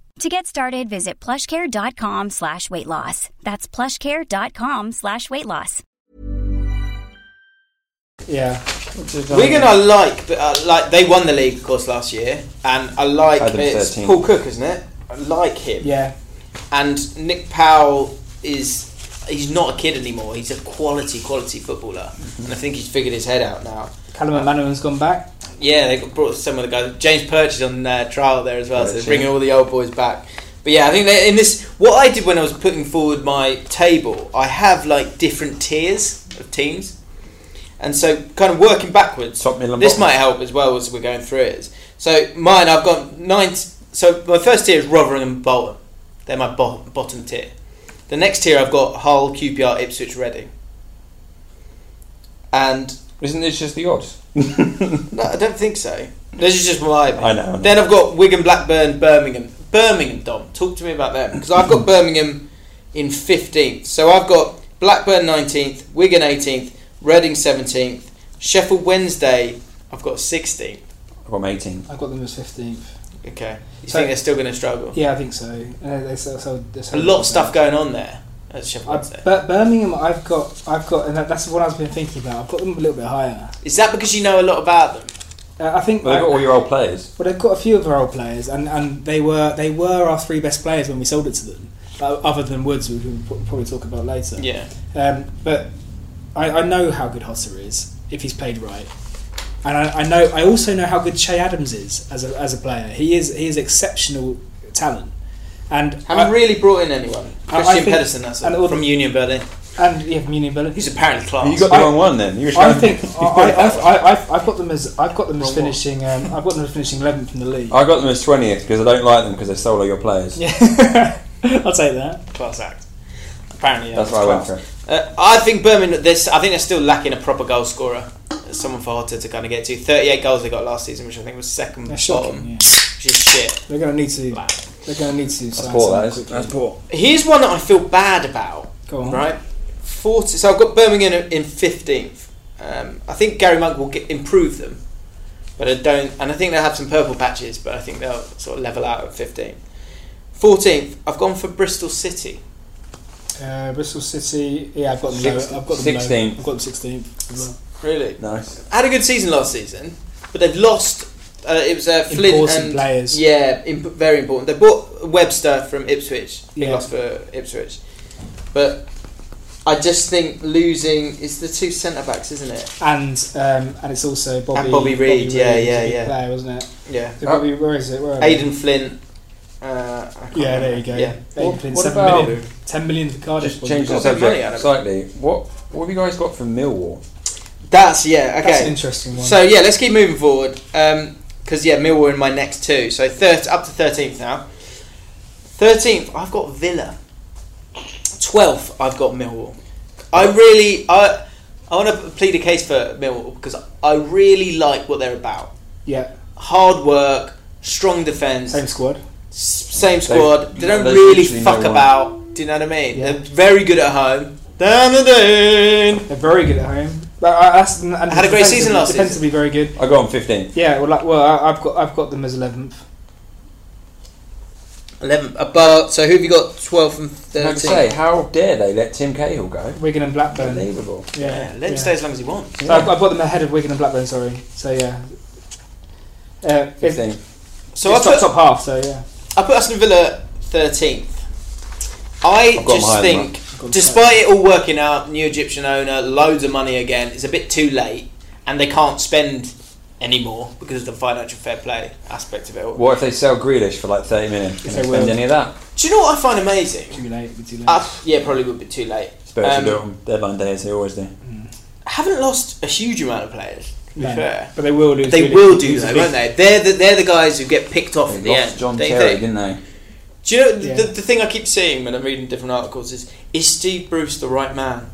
To get started, visit plushcare.com slash weight loss. That's plushcare.com slash weight loss. Yeah. um, Wigan, I like, but uh, like they won the league, of course, last year, and I like Had them it's 13. Paul Cook, isn't it? I like him. Yeah. And Nick Powell is. He's not a kid anymore. He's a quality, quality footballer, and I think he's figured his head out now. Callum O'Manolan's gone back. Yeah, they got brought some of the guys. James Perch is on uh, trial there as well, so Perch, they're bringing yeah. all the old boys back. But yeah, I think that in this, what I did when I was putting forward my table, I have like different tiers of teams, and so kind of working backwards. Top, middle, and this bottom. might help as well as we're going through it. So mine, I've got nine. So my first tier is Rotherham and Bolton. They're my bo- bottom tier. The next tier, I've got Hull, QPR, Ipswich, Reading, and Isn't this just the odds? no, I don't think so. This is just my opinion. I know, I know. Then I've got Wigan, Blackburn, Birmingham. Birmingham, Dom. Talk to me about them because I've got Birmingham in fifteenth. So I've got Blackburn nineteenth, Wigan eighteenth, Reading seventeenth, Sheffield Wednesday. I've got sixteenth. I've got 18. I've got them as 15th. Okay, you So- think they're still going to struggle? Yeah, I think so. Uh, they so, so, they A sold lot of it. stuff going on there at Sheffield I, Wednesday. but Birmingham, I've got, I've got, and that, that's what I've been thinking about. I've got them a little bit higher. Is that because you know a lot about them? Uh, I think. Well, they've got all your old players. Well, they've got a few of our old players, and, and they were they were our three best players when we sold it to them, uh, other than Woods, which we'll pro- probably talk about later. Yeah. Um, but I, I know how good Hotter is if he's played right, and I, I know I also know how good Che Adams is as a, as a player. He is he is exceptional talent, and Haven't I- really brought in anyone. I- I Christian think- Pedersen, that's and it, all from the- Union Berlin. and yeah, from Union Berlin. He's apparently class. You got the I- wrong one then. You were I trying- think I, I, I, I, I've- I've got them as I've got them as Wrong one. finishing um, I've got them as finishing eleventh in the league. I got them as 20th because I don't like them because they stole all your players. Yeah, I'll take that. class act. Apparently, yeah, That's it's why I went class. for it. Uh, I think Birmingham. This I think they're still lacking a proper goal scorer, someone for Hotter to kind of get to. Thirty-eight goals they got last season, which I think was second They're bottom, shocking. Yeah. which is shit. They're going to need to. Wow. They're going to need to. That's sign poor, someone that is. quickly. That's poor. Here's one that I feel bad about. Go on. Right, forty. So I've got Birmingham in- in fifteenth. Um, I think Gary Monk will get, improve them, but I don't. And I think they'll have some purple patches, but I think they'll sort of level out at fifteenth. Fourteenth, I've gone for Bristol City. Uh, Bristol City. Yeah, I've got them. Six- low. I've got them. 16th. Low. I've got them sixteenth. As well. Really, Nice. had a good season last season, but they've lost. Uh, it was uh, Flynn Important and players. Yeah, imp- very important. They bought Webster from Ipswich. They Yeah. lost for Ipswich, but I just think losing is the two centre backs, isn't it? And um, and it's also Bobby. And Bobby Reed, yeah, was a yeah, big yeah. Player, wasn't it? Yeah, So Bobby, where is it? Where are they? Aidan Flynn. Uh, I can't Yeah, remember. there you go. Yeah. Aidan What- Flynn, what seven about- million. Ten million for Cardiff. Just wasn't change it? the got a bit of money out subject of it. slightly. What What have you guys got from Millwall? That's yeah. Okay. That's an interesting one. So yeah, let's keep moving forward. Because yeah, Millwall in my next two. So third up to thirteenth now. Thirteenth, I've got Villa. Twelfth, I've got Millwall. I really, I, I want to plead a case for Millwall because I really like what they're about. yeah, Hard work, strong defence, same same, squad. squad. They, They- don't they really literally fuck know one. about. Do you know what I mean? Yeah. They're very good at home. Down the dun. They're very good at home. But I, that's, and Had a great season defensively- last season. Defensively very good. I got on 15th. Yeah, well, like, well, I, I've got I've got them as eleventh. Eleven above. So who have you got? Twelve and Like I thirteen. say, how dare they let Tim Cahill go? Wigan and Blackburn. Yeah, Unbelievable. yeah, let him yeah. stay as long as he wants. So I, I bought them ahead of Wigan and Blackburn. Sorry. So yeah. Uh, Good it's, thing. So I it's top, put, top half. So yeah. I put Aston Villa thirteenth. I I've got 'em just higher than think, I've got 'em despite it all working out, new Egyptian owner, loads of money again. It's a bit too late, and they can't spend anymore because of the financial fair play aspect of it. all. What if they sell Grealish for like 30 million? Can If they they spend will. any of that? Do you know what I find amazing? Too late. it'd be too late. Uh, yeah, probably would be too late. Spurs Um, will do it on deadline day as they always do. Haven't lost a huge amount of players. To be No, fair. But they will lose. They Grealish. will do He's that, a big- won't they? They're the, they're the guys who get picked off They at the lost end. John don't you Terry, think? didn't they? Do you know th- Yeah. the, the thing I keep seeing when I'm reading different articles is is Steve Bruce the right man?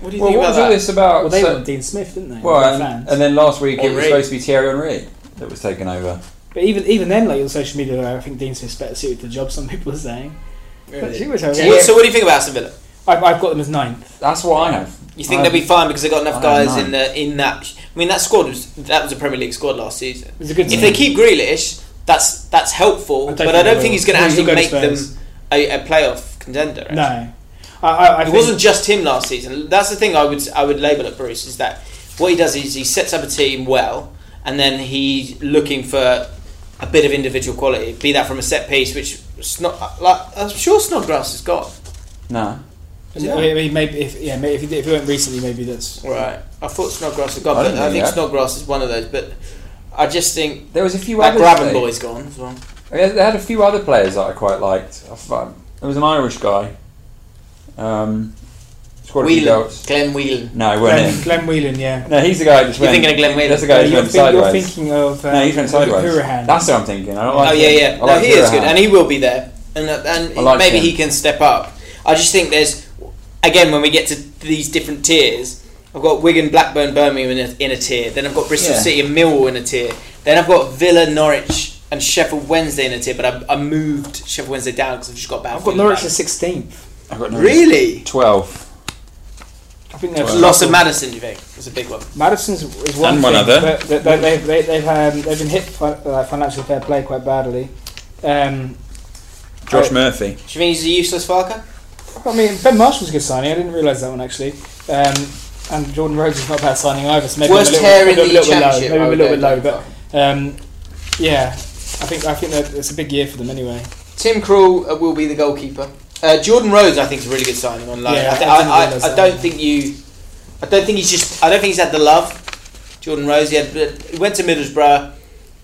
What do you Well, think what about was all that? this about? Well, they so- were Dean Smith, didn't they? well, They were and, fans. and then last week it was Henri. supposed to be Thierry Henry that was taken over. but even even then, like on social media, I think Dean Smith's better suited to the job. Some people are saying. But she was okay. What- So what do you think about Aston Villa? I've, I've got them as ninth. That's what I have. You think they'll be fine because they've got enough I don't guys know. in the in that? I mean, that squad was that was a Premier League squad last season. It was a good. If team. they keep Grealish, that's that's helpful, I don't but think I they don't will. think he's going to I think actually make he'll go to them Spurs. a, a playoff contender. actually. No, I, I, I It think, wasn't just him last season. That's the thing I would I would label at Bruce is that what he does is he sets up a team well, and then he's looking for a bit of individual quality, be that from a set piece, which Snod, like I'm sure Snodgrass has got. No. I mean, I mean, maybe if yeah, maybe if you, did- if you went recently, maybe that's. Right, I thought Snodgrass had got, I but don't I think think he had. Snodgrass is one of those. But I just think There was a few that others. Graben they- boy's gone as well. I mean, they had a few other players that I quite liked. I thought- There was an Irish guy. Um, scored a few Whelan, goals. Glenn Whelan. No, weren't Glenn, him. Glenn Whelan, yeah. No, he's the guy who just You're went. thinking of Glenn Whelan. That's the guy who's you're, went think, you're sideways. thinking of uh, no, he's went sideways. Hurahan. That's what I'm thinking. I don't Oh like yeah, him. yeah. I like no, he is good, Hurahan. and he will be there, and uh, and I like maybe him. he can step up. I just think there's again when we get to these different tiers. I've got Wigan, Blackburn, Birmingham in a, in a tier. Then I've got Bristol Yeah. City and Millwall in a tier. Then I've got Villa, Norwich, and Sheffield Wednesday in a tier. But I, I moved Sheffield Wednesday down because I've just got bad. I've got feeling Norwich about as sixteenth. I've got it. no- Really? 12. I think they've Loss of Madison, do you think? It's a big one. Madison's is one thing, And one other. but they, they, they, they, they've um, they've been hit fi- uh, financial fair play quite badly. Um, Josh I- Murphy. Do you think he's a useless Farker? I mean, Ben Marshall's a good signing. I didn't realise that one actually. Um, and Jordan Rhodes is not a bad signing either. So maybe Worst I'm a little, hair in maybe the I'm a little bit low. championship. I Maybe I'm a would little bit go low, with but um, yeah, I think I think that it's a big year for them anyway. Tim Krul uh, will be the goalkeeper. Uh, Jordan Rhodes, I think, is a really good signing on loan. Yeah, I, thi- I didn't I, realise I, I, that. don't think you. I don't think he's just. I don't think he's had the love. Jordan Rhodes, he, had, he went to Middlesbrough,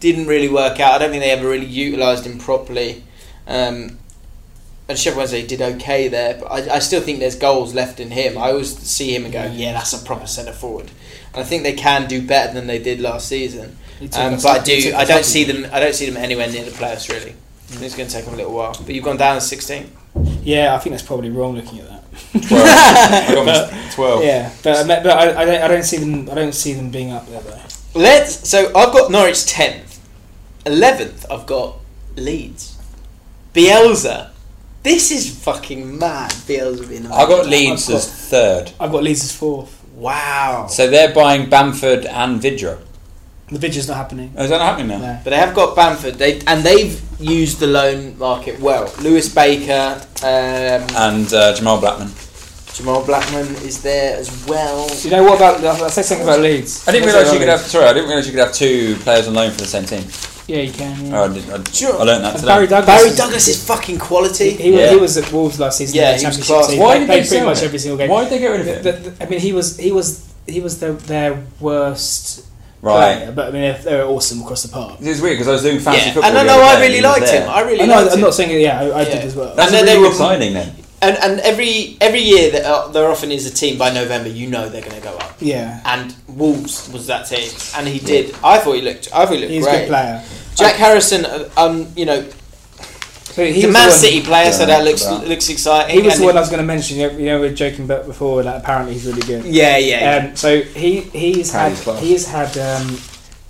didn't really work out. I don't think they ever really utilised him properly. Um, and Sheffield Wednesday did okay there, but I, I still think there's goals left in him. I always see him and go, yeah, that's a proper centre forward. And I think they can do better than they did last season. He took Um, us but I up- he do. took I us don't up. see them. I don't see them anywhere near the playoffs. Really, I think it's going to take them a little while. But you've gone down to sixteen. Yeah, I think that's probably wrong looking at that. 12. I got him as 12. Yeah, but, but I, I, don't, I don't see them. I don't see them being up there though. Let's. So I've got Norwich tenth, eleventh. I've got Leeds. Bielsa. This is fucking mad. Bielsa being. I got Leeds I've got- as third. I've got Leeds as fourth. Wow. So they're buying Bamford and Vidra. The Vidger's not happening. Oh, is that not happening now? No. But they have got Bamford. They and they've used the loan market well. Lewis Baker, um, And uh, Jamal Blackman. Jamal Blackman is there as well. Do you know what about? I'll say something about Leeds. I didn't I'll say realise about you could have. Leeds. Sorry, I didn't realise you could have two players on loan for the same team. Yeah, you can. Yeah. Oh, I, did, I, Sure. I learned that And today. Barry Douglas. Barry is- Douglas is fucking He, quality. he, Yeah. he was at Wolves last season. Yeah, in the he was championship class. team. Why They did played they pretty sell much him? every single game? Why did they get rid of him? The- the- I mean, he was he was he was their their worst Right. player, but I mean, they were awesome across the park. It was weird because I was doing fantasy Yeah, football. and I the know other I day really and he was liked there. him. I really I know, liked I'm him. not saying it. Yeah, I, I Yeah. did as well. That- That's And a then they really good were- signing then. And and every every year that uh, there often is a team by November, you know they're going to go up. yeah, And Wolves was that team, and he did. I thought he looked. I thought he looked he's a great. good player. Jack Harrison, uh, um, you know, So he he's a was Man the one- City player, so Yeah, that looks that. looks exciting. He was and the one I was going to mention. You know, you know, we were joking about before. Like, apparently, he's really good. Yeah, yeah. Um, so he he's had Harry's class. he's had um,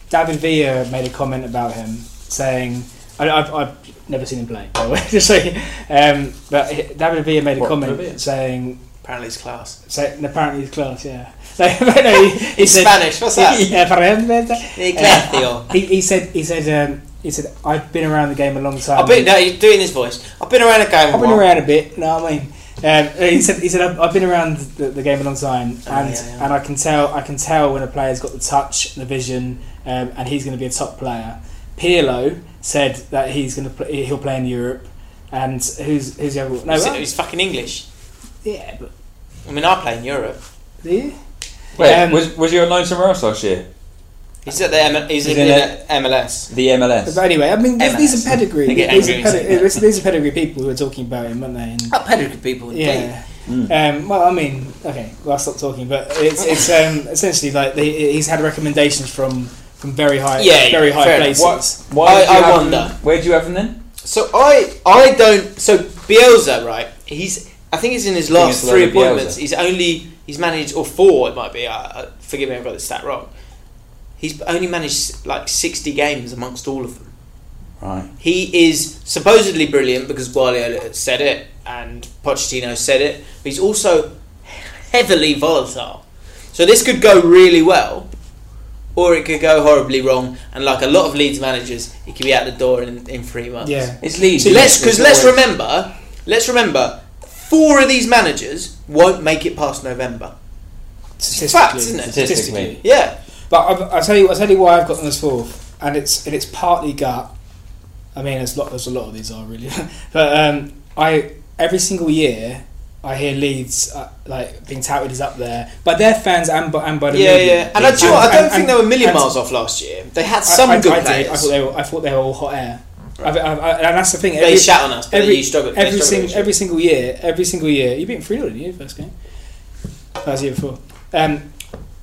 David Villa made a comment about him saying I, I've, I've never seen him play by the way just so you- um, but he- David Villa made a What, comment Villa? saying, Apparently, it's class. saying apparently he's class yeah no, no, he, he He's said, Spanish. What's that? Yeah, apparently. Hey, Clef, Theo. he, he said he said um, he said, I've been around the game a long time. I've been no, he's doing this voice. I've been around a game. a I've been while. around a bit. No, I mean, um, he said, he said, I've, I've been around the, the game a long time, and Oh, yeah, yeah. and I can tell, I can tell when a player's got the touch, the vision, um, and he's going to be a top player. Pirlo said that he's going to play, he'll play in Europe, and who's who's the other? one? No, He's, right? he's fucking English. yeah, but I mean, I play in Europe. yeah. Wait, Um, was was you on loan somewhere else last year? He's at the M- he's, He's in, in the MLS. The MLS. But anyway, I mean, these, these MLS. are pedigree. They get These are, angry when you say pedi- that. these- these are pedigree people who are talking about him, aren't they? And I played with people. indeed. Yeah. Um, well, I mean, okay, well, I'll stop talking, but it's, it's um, essentially like the, he's had recommendations from, from very high, Yeah, very yeah, high fair enough. places. What? Why did I- you I have wonder. them- Where did you have them then? So I I don't so Bielsa right he's I think he's in his think last it's three Lola Bielsa. appointments he's only he's managed or four it might be I, I, forgive me I've got the stat wrong he's only managed like 60 games amongst all of them Right. he is supposedly brilliant because Guardiola said it and Pochettino said it but he's also heavily volatile so this could go really well or it could go horribly wrong and like a lot of Leeds managers it could be out the door in, in three months Yeah. It's Leeds. so let's because let's Always- remember, let's remember, four of these managers won't make it past November. Statistically. fact, isn't it? Statistically. Yeah, But I've, I'll tell you, I'll tell you why I've got them as fourth, and it's and it's partly gut. I mean, there's a lot, there's a lot of these are really, but um, I every single year I hear Leeds uh, like being touted as up there, but their fans and by, and by the yeah, media. yeah. And I, do, you know what, I don't think they were a million and- miles off last year. They had I- some I, good I, did. players. I thought they were. I thought they were all hot air. I've- I've- I- and that's the thing. They shat on us, but you struggled- they Every, struggled sing, this year. every single year, every single year, you beat them three 0 didn't you? First game. That was the year before. Um,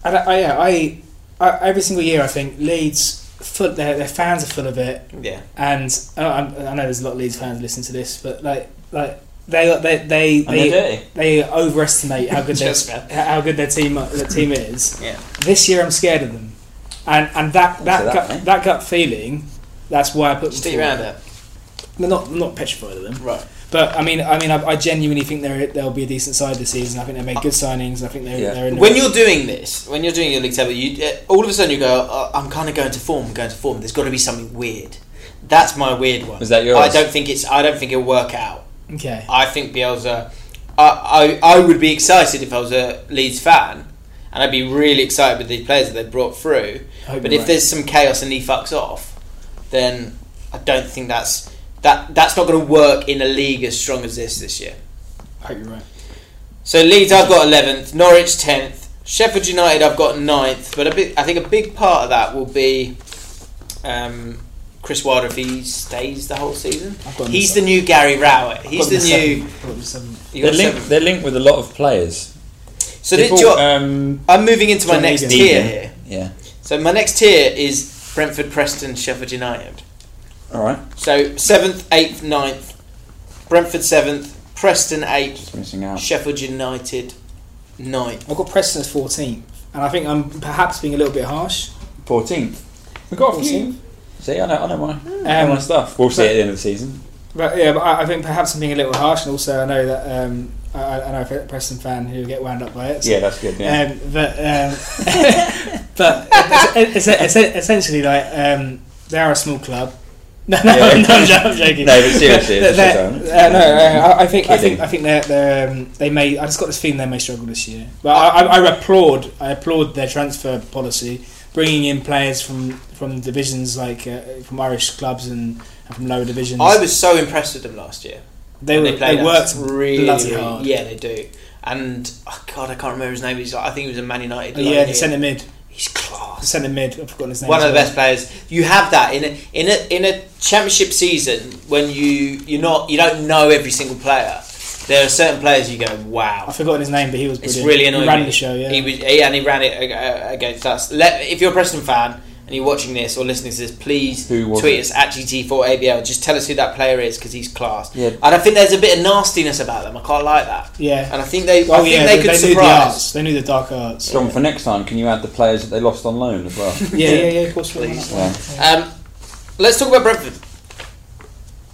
and I, I, yeah, I, I, every single year, I think Leeds, full, their, their fans are full of it, yeah, and I, I I know there's a lot of Leeds fans listening to this, but like, like they, they, they, And they're they, dirty. they overestimate how good their, Just about. how good their team their team is. Yeah. This year I'm scared of them, and and that that that, gut, mate. that gut feeling, that's why I put them stick forward. around there. I'm not I'm not petrified of them, Right. but I mean I mean I, I genuinely think they they'll be a decent side this season. I think they made good signings. I think they're, Yeah. they're in the When you're doing this, when you're doing your league table, you uh, all of a sudden you go, oh, "I'm kind of going to form, I'm going to form." There's got to be something weird. That's my weird one. Was that yours? I don't think it's. I don't think it'll work out. okay. I think Bielsa. I, I I would be excited if I was a Leeds fan, and I'd be really excited with the players that they brought through. I hope But you're if right. there's some chaos and he fucks off, then I don't think that's that that's not going to work in a league as strong as this this year. I hope you're right. So Leeds, I've got 11th, Norwich 10th, Sheffield United, I've got 9th. But a bit, I think a big part of that will be um, Chris Wilder if he stays the whole season. I've got him He's the seven. new Gary Rowett. He's Got them the new. seven. Got them seven. you They're got linked. seven. They're linked with a lot of players. So They did bought, your, um, I'm moving into my John next Egan. tier Egan. here. Yeah. So my next tier is Brentford, Preston, Sheffield United. All right. So seventh, eighth, 9th, Brentford seventh, Preston eighth, Missing out. Sheffield United ninth. I've got Preston as 14th, and I think I'm perhaps being a little bit harsh. Fourteenth. We got a few. 14th. See, I know, I know my, I know Um, my stuff. We'll see at the end of the season. But yeah, but I, I think perhaps I'm being a little harsh, and also I know that um, I- I, I know a Preston fan who get wound up by it. so- Yeah, that's good. Yeah. Um, but um, but it's, it's, it's, essentially, like um, they are a small club. No, no, Yeah. no, I'm joking. I'm joking. No, but seriously, it's They're- just, um, uh, no, uh, I, I think I think Kidding. I think they're, they're, um, they may. I just got this feeling they may struggle this year. But I, I, I applaud I applaud their transfer policy, bringing in players from from divisions like uh, from Irish clubs and, and from lower divisions. I was so impressed with them last year. they And were, they us worked really, bloody really- hard. Yeah, they do. And oh God, I can't remember his name. He's like, I think he was a Man United. Oh, yeah, loan the here. centre mid, He's class. the centre mid. I've forgotten his name. one of as the well. best players. You have that in a in a in a championship season when you you're not you don't know every single player. There are certain players you go, wow, I've forgotten his name, but he was it's brilliant. really annoying. He ran the show, yeah. He was, he, and he ran it ag- uh, against us. Let, if you're a Preston fan and you're watching this or listening to this, please Who was tweet it? us at GT4ABL. Just tell us who that player is because he's class. Yeah. And I think there's a bit of nastiness about them. I quite like that. yeah. And I think they, I oh think yeah, they they, could knew the surprise. arts. They knew the dark arts. John, for next time, can you add the players that they lost on loan as well? Yeah, yeah, yeah. Of course, we're on Please. that one. Yeah. Um, let's talk about Brentford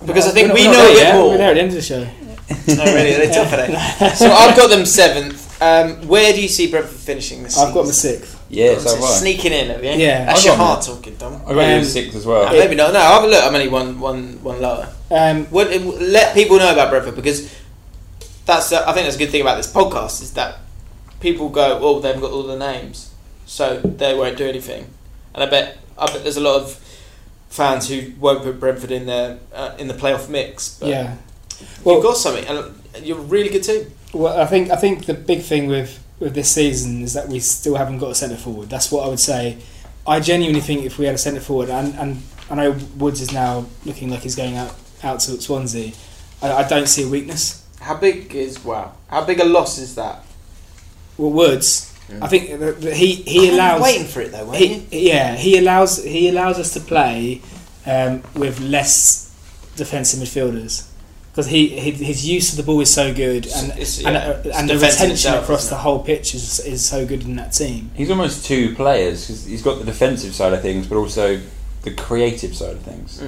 because I think We're we not- know a we're not bit there yet. more. We're there at the end of the show. Not really, they're tough, are they? So I've got them seventh. Um, where do you see Brentford finishing this I've got the season? sixth. Yeah, so So right. sneaking in at the end. Yeah. I That's your got heart talking, Dom. I got you Um, six as well. No, maybe not. No, I've, look, I'm only one, one, one lower. Um, What, let people know about Brentford because that's the, I think that's a good thing about this podcast is that people go, well, they've got all the names, so they won't do anything. And I bet I bet there's a lot of fans who won't put Brentford in their uh, in the playoff mix. But yeah. you've got something, and you're a really good team. Well, I think I think the big thing with with this season is that we still haven't got a centre forward. That's what I would say. I genuinely think if we had a centre forward, and, and I know Woods is now looking like he's going out out to Swansea. I, I don't see a weakness. How big is wow? How big a loss is that? Well, Woods, I think that that he he allows. waiting for it though, weren't you? he, yeah, he allows he allows us to play um, with less defensive midfielders because he, he his use of the ball is so good and It's- and, yeah, uh, it's and the defensive retention itself, across isn't the it? whole pitch is, is so good in that team. He's almost two players because he's got the defensive side of things, but also the creative side of things.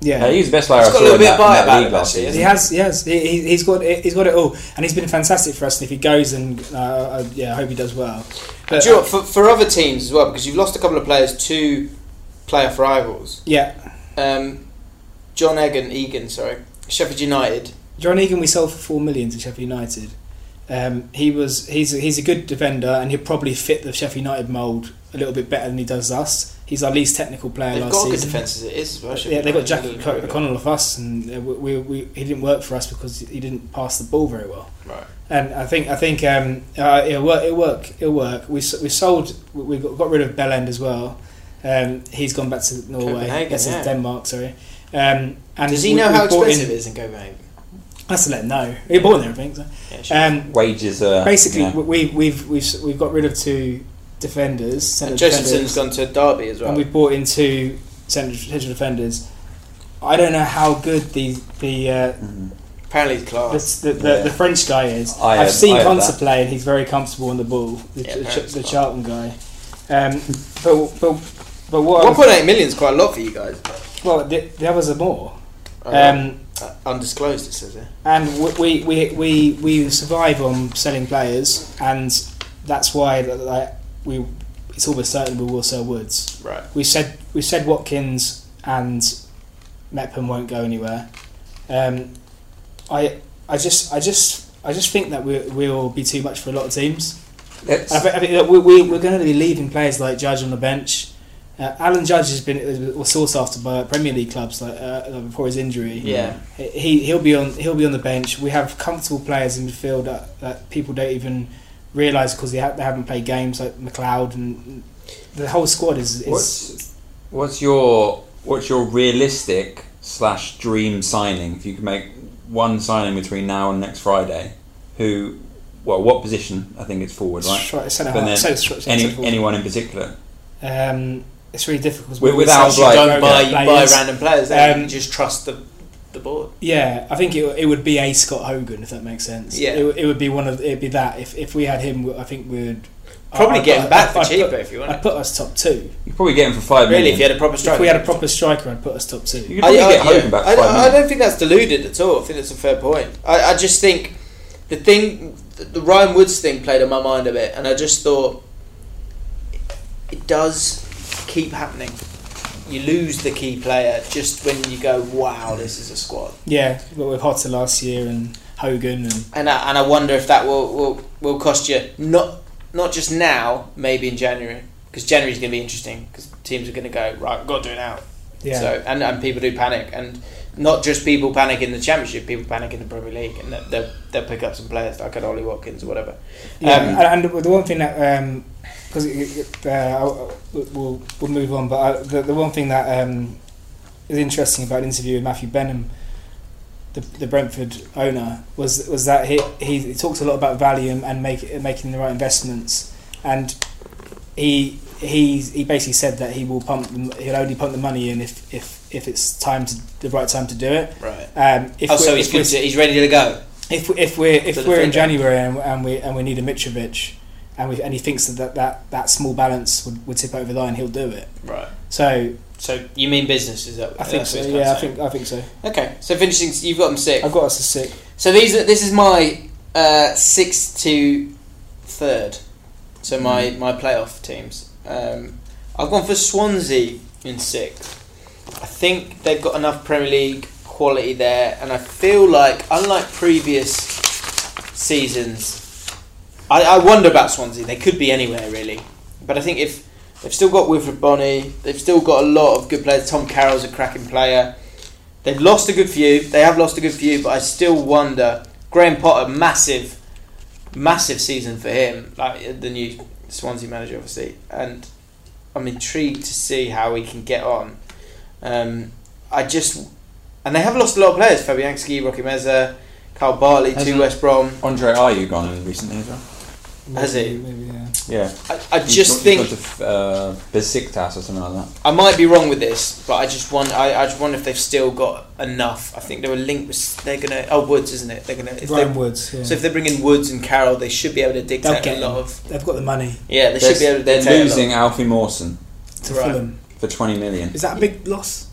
Yeah, Uh, he was the best player He's I got saw a little in bit that, of bite in that about league him, last actually, season. Mm. he has yes he, he- he's got it, he's got it all and he's been fantastic for us. And if he goes and uh, uh, yeah, I hope he does well. But, uh, Do you know what, for, for other teams as well, because you've lost a couple of players to playoff rivals. yeah, Um, John Egan, Egan, sorry, Sheffield United. John Egan we sold for four million to Sheffield United. Um, he was he's a, he's a good defender and he'll probably fit the Sheffield United mould a little bit better than he does us. He's our least technical player They've last got a good season. defence as it is. as well, Yeah, Sheffield they United. got Jackie They're really O'Connell off us, and uh, we, we, we he didn't work for us because he didn't pass the ball very well. good. Right. And I think I think um, uh, it'll work. It'll work. It'll work. We s- we sold. We got, got rid of Bellend as well. Um, he's gone back to Norway. Copenhagen, That's yeah. Denmark. Sorry. Um, and Does he we- know we how bought expensive it in, is in Copenhagen? That's to let him know. He bought in everything. So. Yeah, sure. Um, Wages are basically, you know, we, we've we've s- we've got rid of two defenders. centre and Josephson's defenders, gone to Derby as well. and we bought in two central defenders. I don't know how good the the uh, Apparently he's class. the, the, the, Yeah. the French guy is. I I heard- have seen I heard Conte that. play, and he's very comfortable on the ball. The, Yeah, the, Perez the is Charlton guy. Um, but but but what? I One was- point eight million is quite a lot for you guys. well, the, the others are more. Um, Um, undisclosed, it says here. and w- we, we we we survive on selling players, and that's why that- like we it's almost certain we will sell Woods. Right. We said we said Watkins and Mepham won't go anywhere. Um, I I just I just I just think that we we'll be too much for a lot of teams. let's- I think, I think that we, we, we're going to be leaving players like Judge on the bench. Uh, Alan Judge has been uh, was sought after by Premier League clubs like uh, like before his injury. Yeah. he he'll be on he'll be on the bench. We have comfortable players in midfield that, that people don't even realise because they, ha- they haven't played games like McLeod and the whole squad is, is what's, what's your what's your realistic slash dream signing? If you could make one signing between now and next Friday, who, well, what position? I think it's forward, right? Stri- centre And half- then centre- centre any, forward. anyone in particular? um, it's really difficult Wi- without, Especially like- Don't rogue buy buy players. random players. Then Um, you just trust the the board. Yeah, I think it, it would be a Scott Hogan if that makes sense. Yeah. it, would- it would be one of it'd be that if, if we had him, I think we would Probably I'd get put- him back for I'd put- cheaper if you want I'd it. put us top two. You could probably get him for five million. Really, if you had a proper striker, If we had a proper striker, I'd put us top You two. could probably I- I- get Hogan yeah. back I, for five I million. don't think that's deluded at all. I think that's a fair point. I, I just think the thing, the, the Ryan Woods thing played on my mind a bit, and I just thought it does keep happening. You lose the key player just when you go, wow, this is a squad. Yeah, but with Hotter last year and Hogan and And I, and I wonder if that will, will, will cost you not not just now, maybe in January. Because January is going to be interesting because teams are going to go, right, we've got to do it now. yeah, So and, and people do panic, and not just people panic in the championship. People panic in the Premier League, and they'll- they'll they'll pick up some players like an Ollie Watkins or whatever. yeah. um, and, and the one thing that um, because uh, I'll- I'll- we'll we'll move on, but I, the the one thing that um, is interesting about an interview with Matthew Benham, the, the Brentford owner, was was that he, he he talks a lot about value and make, making the right investments, and he he he basically said that he will pump the m- he'll only pump the money in if if, if it's time to the right time to do it. Right. Um, if oh, we're- so if he's we're- good. To, he's ready to go. if we- if we're if To the we're in defender. January and, and we and we need a Mitrovic, and we and he thinks that that, that, that small balance would, would tip over the line, he'll do it. Right. So So you mean business? Is that? I think that's so. what he's Yeah, I kinda saying. think I think so. Okay. So finishing, you've got them six. I've got us a six. So these are this is my uh, six to third. So my, my playoff teams. Um, I've gone for Swansea in sixth. I think they've got enough Premier League quality there, and I feel like, unlike previous seasons, I, I wonder about Swansea. They could be anywhere really, but I think if they've still got Wilfred Bonny, they've still got a lot of good players. Tom Carroll's a cracking player. They've lost a good few. They have lost a good few, but I still wonder. Graham Potter, massive, massive season for him. Like uh, the new Swansea manager, obviously, and I'm intrigued to see how he can get on. Um, I just and they have lost a lot of players: Fabianski, Rocky Meza, Carl Bartley, to Hasn't- West Brom. Andre, are you gone recently as well? Has Maybe- it? Maybe, yeah. Yeah. I, I He's just gone- think he's gone to, uh, Besiktas or something like that. I might be wrong with this, but I just wonder. I, I just wonder if they've still got enough. I think they were linked with. They're gonna. Oh, Woods, isn't it? They're gonna. If they, Ryan Woods. Yeah. so if they bring in Woods and Carroll, they should be able to They'll dictate get a lot him. of. They've got the money Yeah, they should be able to they're dictate. a lot. losing Alfie Mawson to Right. Fulham. for 20 million. Is that a big loss?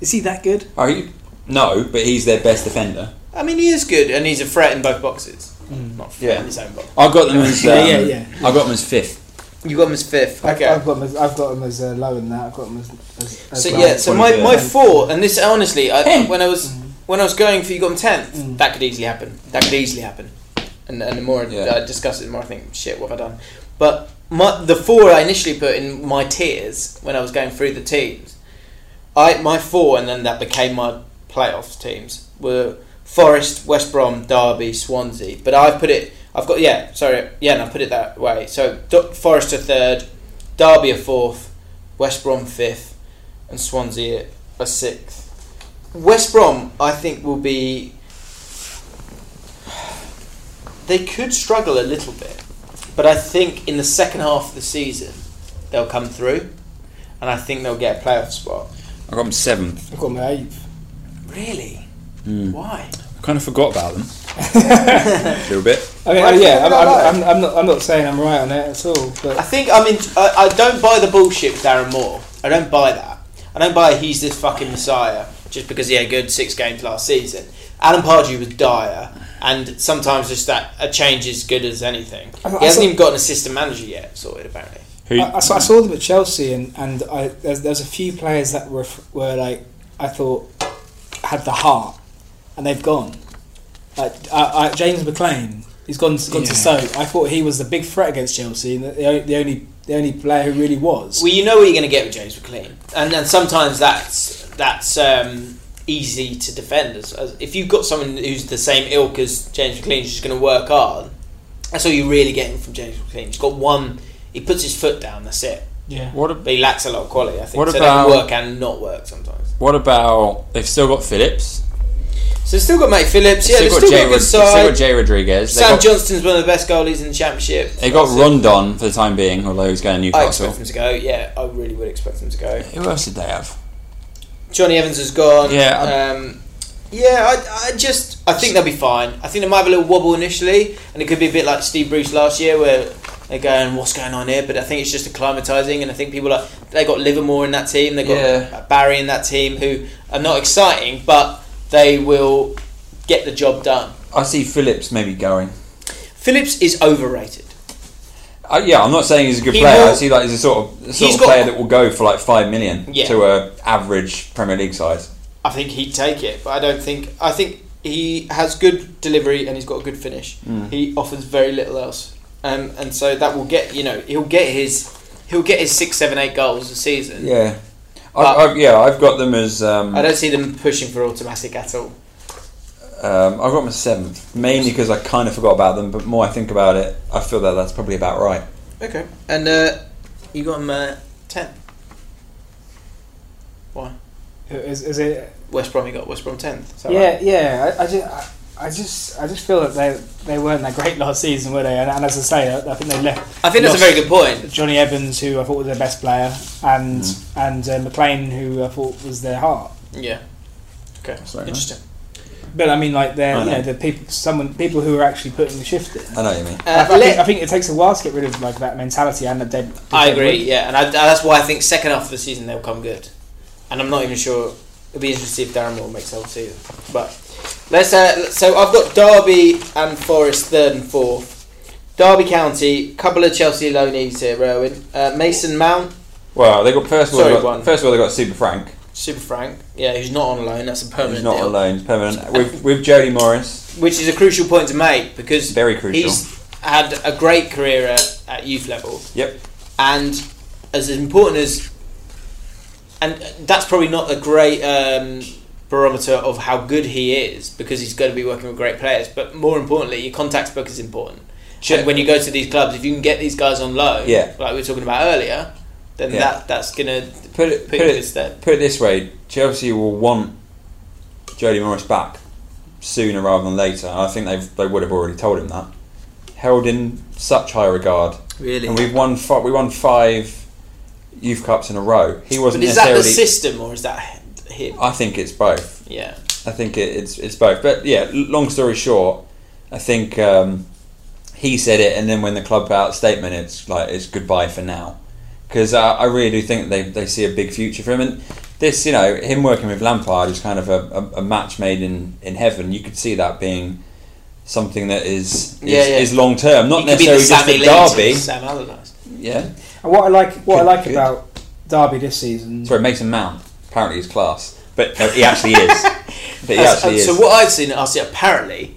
Is he that good? Are you? No, but he's their best defender. I mean, he is good, and he's a threat in both boxes. Mm. Not a threat Yeah. in his own box. I got them as. Um, Yeah, yeah, yeah. I got them as fifth. You got him as fifth. I've- Okay. I've got him as, I've got him as uh, low in that. I've got him as. as, as So low. yeah, so Quite my, good. my four, and this honestly, I, Ten. when I was when I was going for you got him tenth, Mm. that could easily happen. That could easily happen. And and the more Yeah. I discuss it, the more I think, shit, what have I done? But my, the four I initially put in my tiers when I was going through the teams, I my four, and then that became my playoffs teams were Forest, West Brom, Derby, Swansea. But I've put it, I've got yeah, sorry, yeah, and I put it that way. So D- Forest are third, Derby are fourth, West Brom fifth, and Swansea are sixth. West Brom, I think, will be. They could struggle a little bit, but I think in the second half of the season they'll come through, and I think they'll get a playoff spot. I got them seventh. I've got him at eighth. Really? Hmm. Why? I kind of forgot about them. a little bit. I mean, Why do you oh, yeah, think they're I'm, I'm, low? I'm, I'm not. I'm not saying I'm right on it at all. I But think I'm in. I, I don't buy the bullshit with Darren Moore. I don't buy that. I don't buy he's this fucking messiah just because he had a good six games last season. Alan Pardew was dire, and sometimes just that a change is good as anything. I- I he hasn't saw- even got an assistant manager yet sorted apparently. Who? I, I saw, I saw them at Chelsea, and and I there's, there's a few players that were f- were like I thought had the heart, and they've gone. Like I, I, James McLean, he's gone gone Yeah. to Stoke. I thought he was the big threat against Chelsea, and the, the, only- the only the only player who really was. Well, you know what you're going to get with James McLean, and and sometimes that's that's um, easy to defend. As, as if you've got someone who's the same ilk as James McLean, who's just going to work hard. That's all you're really getting from James McLean. He's got one. He puts his foot down. That's it. yeah. What? But he lacks a lot of quality. I think. What so about- they work and not work sometimes. What about? They've still got Phillips. So they've still got Mate Phillips. Yeah, They've they've still still got Jay a good Rod- they've still got side. Jay Rodriguez. They Sam got, Johnston's one of the best goalies in the championship. they got Obviously, Rondon for the time being, although he's going to I expect Newcastle. him to go. Yeah, I really would expect him to go. Who else did they have? Johnny Evans is gone. Yeah, I- Um, yeah, I, I just I think they'll be fine. I think they might have a little wobble initially, and it could be a bit like Steve Bruce last year, where they're going, "What's going on here?" But I think it's just acclimatizing, and I think people are they got Livermore in that team, they got Yeah. Barry in that team, who are not exciting, but they will get the job done. I see Phillips maybe going. Phillips is overrated. Uh, yeah, I'm not saying he's a good He player. will- I see like he's a sort of the sort He's of got- player that will go for like five million Yeah. to a average Premier League size. I think he'd take it, but I don't think I think he has good delivery and he's got a good finish. He offers very little else, um, and so that will get you know he'll get his he'll get his six, seven, eight goals a season. Yeah, I, But- I, yeah, I've got them as um, I don't see them pushing for automatic at all. um, I've got them as seventh mainly because I kind of forgot about them. But more I think about it, I feel that that's probably about right. Okay, and uh, you got him uh, ten. Why Is, is it West Brom? You got West Brom tenth. yeah, yeah. I, I just, I, I just, I just feel that they they weren't that great last season, were they? And, and as I say, I, I think they left I think that's a very good point. Johnny Evans, who I thought was their best player, and Mm-hmm. and uh, McLean, who I thought was their heart. Yeah. Okay. Sorry, Interesting. But I mean, like they're I you know know. the people, someone people who are actually putting the shift in. I know what you mean. I, Uh, I, think, let- I think it takes a while to get rid of like that mentality and the dead. the I dead agree, wood. yeah, and I, that's why I think second half of the season they'll come good, and I'm not even sure it'll be interesting to see if Darren Moore makes the whole season. But let's uh, so I've got Derby and Forest third and fourth, Derby County, couple of Chelsea loanees here, Rowan. Uh, Mason Mount, Well, they got first of all. Sorry, they got, one. first of all, they got Super Frank. Super Frank. Yeah, who's not on loan. That's a permanent He's not deal. alone. It's permanent. With with Jody Morris. Which is a crucial point to make because Very crucial. he's had a great career at, at youth level. Yep. and as important as and that's probably not a great um, barometer of how good he is because he's going to be working with great players but more importantly your contacts book is important Sure. and when you go to these clubs if you can get these guys on loan Yeah. like we were talking about earlier then Yeah. that that's going to Put it put put you in good it stead put it this way: Chelsea will want Jody Morris back sooner rather than later. And I think they they would have already told him that. Held in such high regard, really and we've won five, we won five youth cups in a row. He but wasn't is that necessarily. the system or is that him I think it's both. yeah I think it, it's it's both. But yeah, l- long story short, I think um, he said it, and then when the club put out a statement, it's like it's goodbye for now, because I, I really do think they they see a big future for him. And this, you know, him working with Lampard is kind of a, a, a match made in in heaven. You could see that being something that is is, Yeah, yeah. is long term, not He could be the necessarily Sammy just at Lee to Derby. Sam Allardyce Yeah, And what I like, what Good, I like good. about Derby this season, sorry, Mason Mount apparently is class, but no, he actually is. But he As- uh, actually is. so what I've seen at Arsenal, apparently,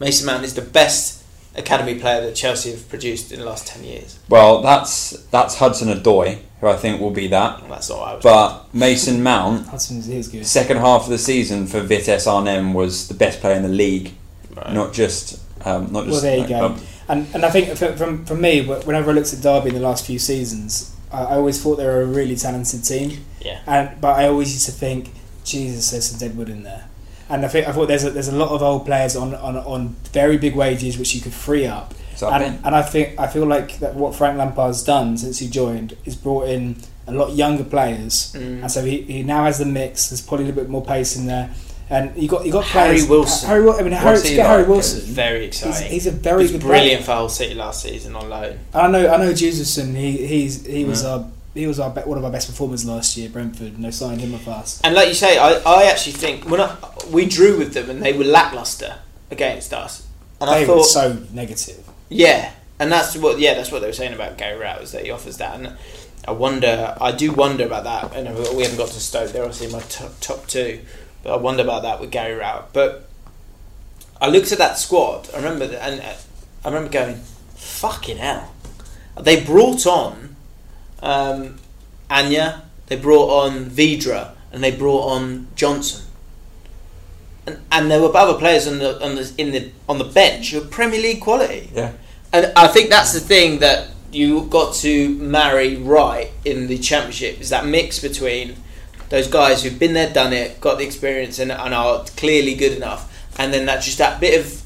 Mason Mount is the best academy player that Chelsea have produced in the last ten years. Well, that's that's Hudson Adoy, who I think will be that. And that's all I was. But Mason Mount, Hudson's he is good. second half of the season for Vitesse Arnhem was the best player in the league, Right. not just um, not Well, just. there you go. um, And and I think for, from from me, wh- whenever I looked at Derby in the last few seasons, I, I always thought they were a really talented team. Yeah. And but I always used to think, Jesus, there's some deadwood in there. And I think I thought there's a, there's a lot of old players on, on, on very big wages which you could free up. It's up in. And, and I think I feel like that what Frank Lampard's done since he joined is brought in a lot younger players, Mm. and so he, he now has the mix. There's probably a little bit more pace in there, and you got you got Harry players. Wilson. Harry, Wil- I mean, Harry, What's he get Harry like? Wilson. very He's, exciting. he's a very He's good brilliant for Hull City last season on loan. player. And I know I know Jesuson. He he's he was Mm. our he was our be- one of our best performers last year. at Brentford. No signed him up us. And like you say, I, I actually think when I, we drew with them and they were lackluster against us, and They I were thought so negative. Yeah, and that's what yeah that's what they were saying about Gary Rout is that he offers that, and I wonder I do wonder about that. And we haven't got to Stoke; they're obviously my top, top two, but I wonder about that with Gary Rout. But I looked at that squad. I remember th- and uh, I remember going, "Fucking hell!" They brought on um, Anya, they brought on Vidra, and they brought on Johnson. And, and there were other players on the, on the in the on the bench who were Premier League quality. yeah, And I think that's the thing that you got to marry right in the championship is that mix between those guys who've been there, done it, got the experience, and, and are clearly good enough, and then that just that bit of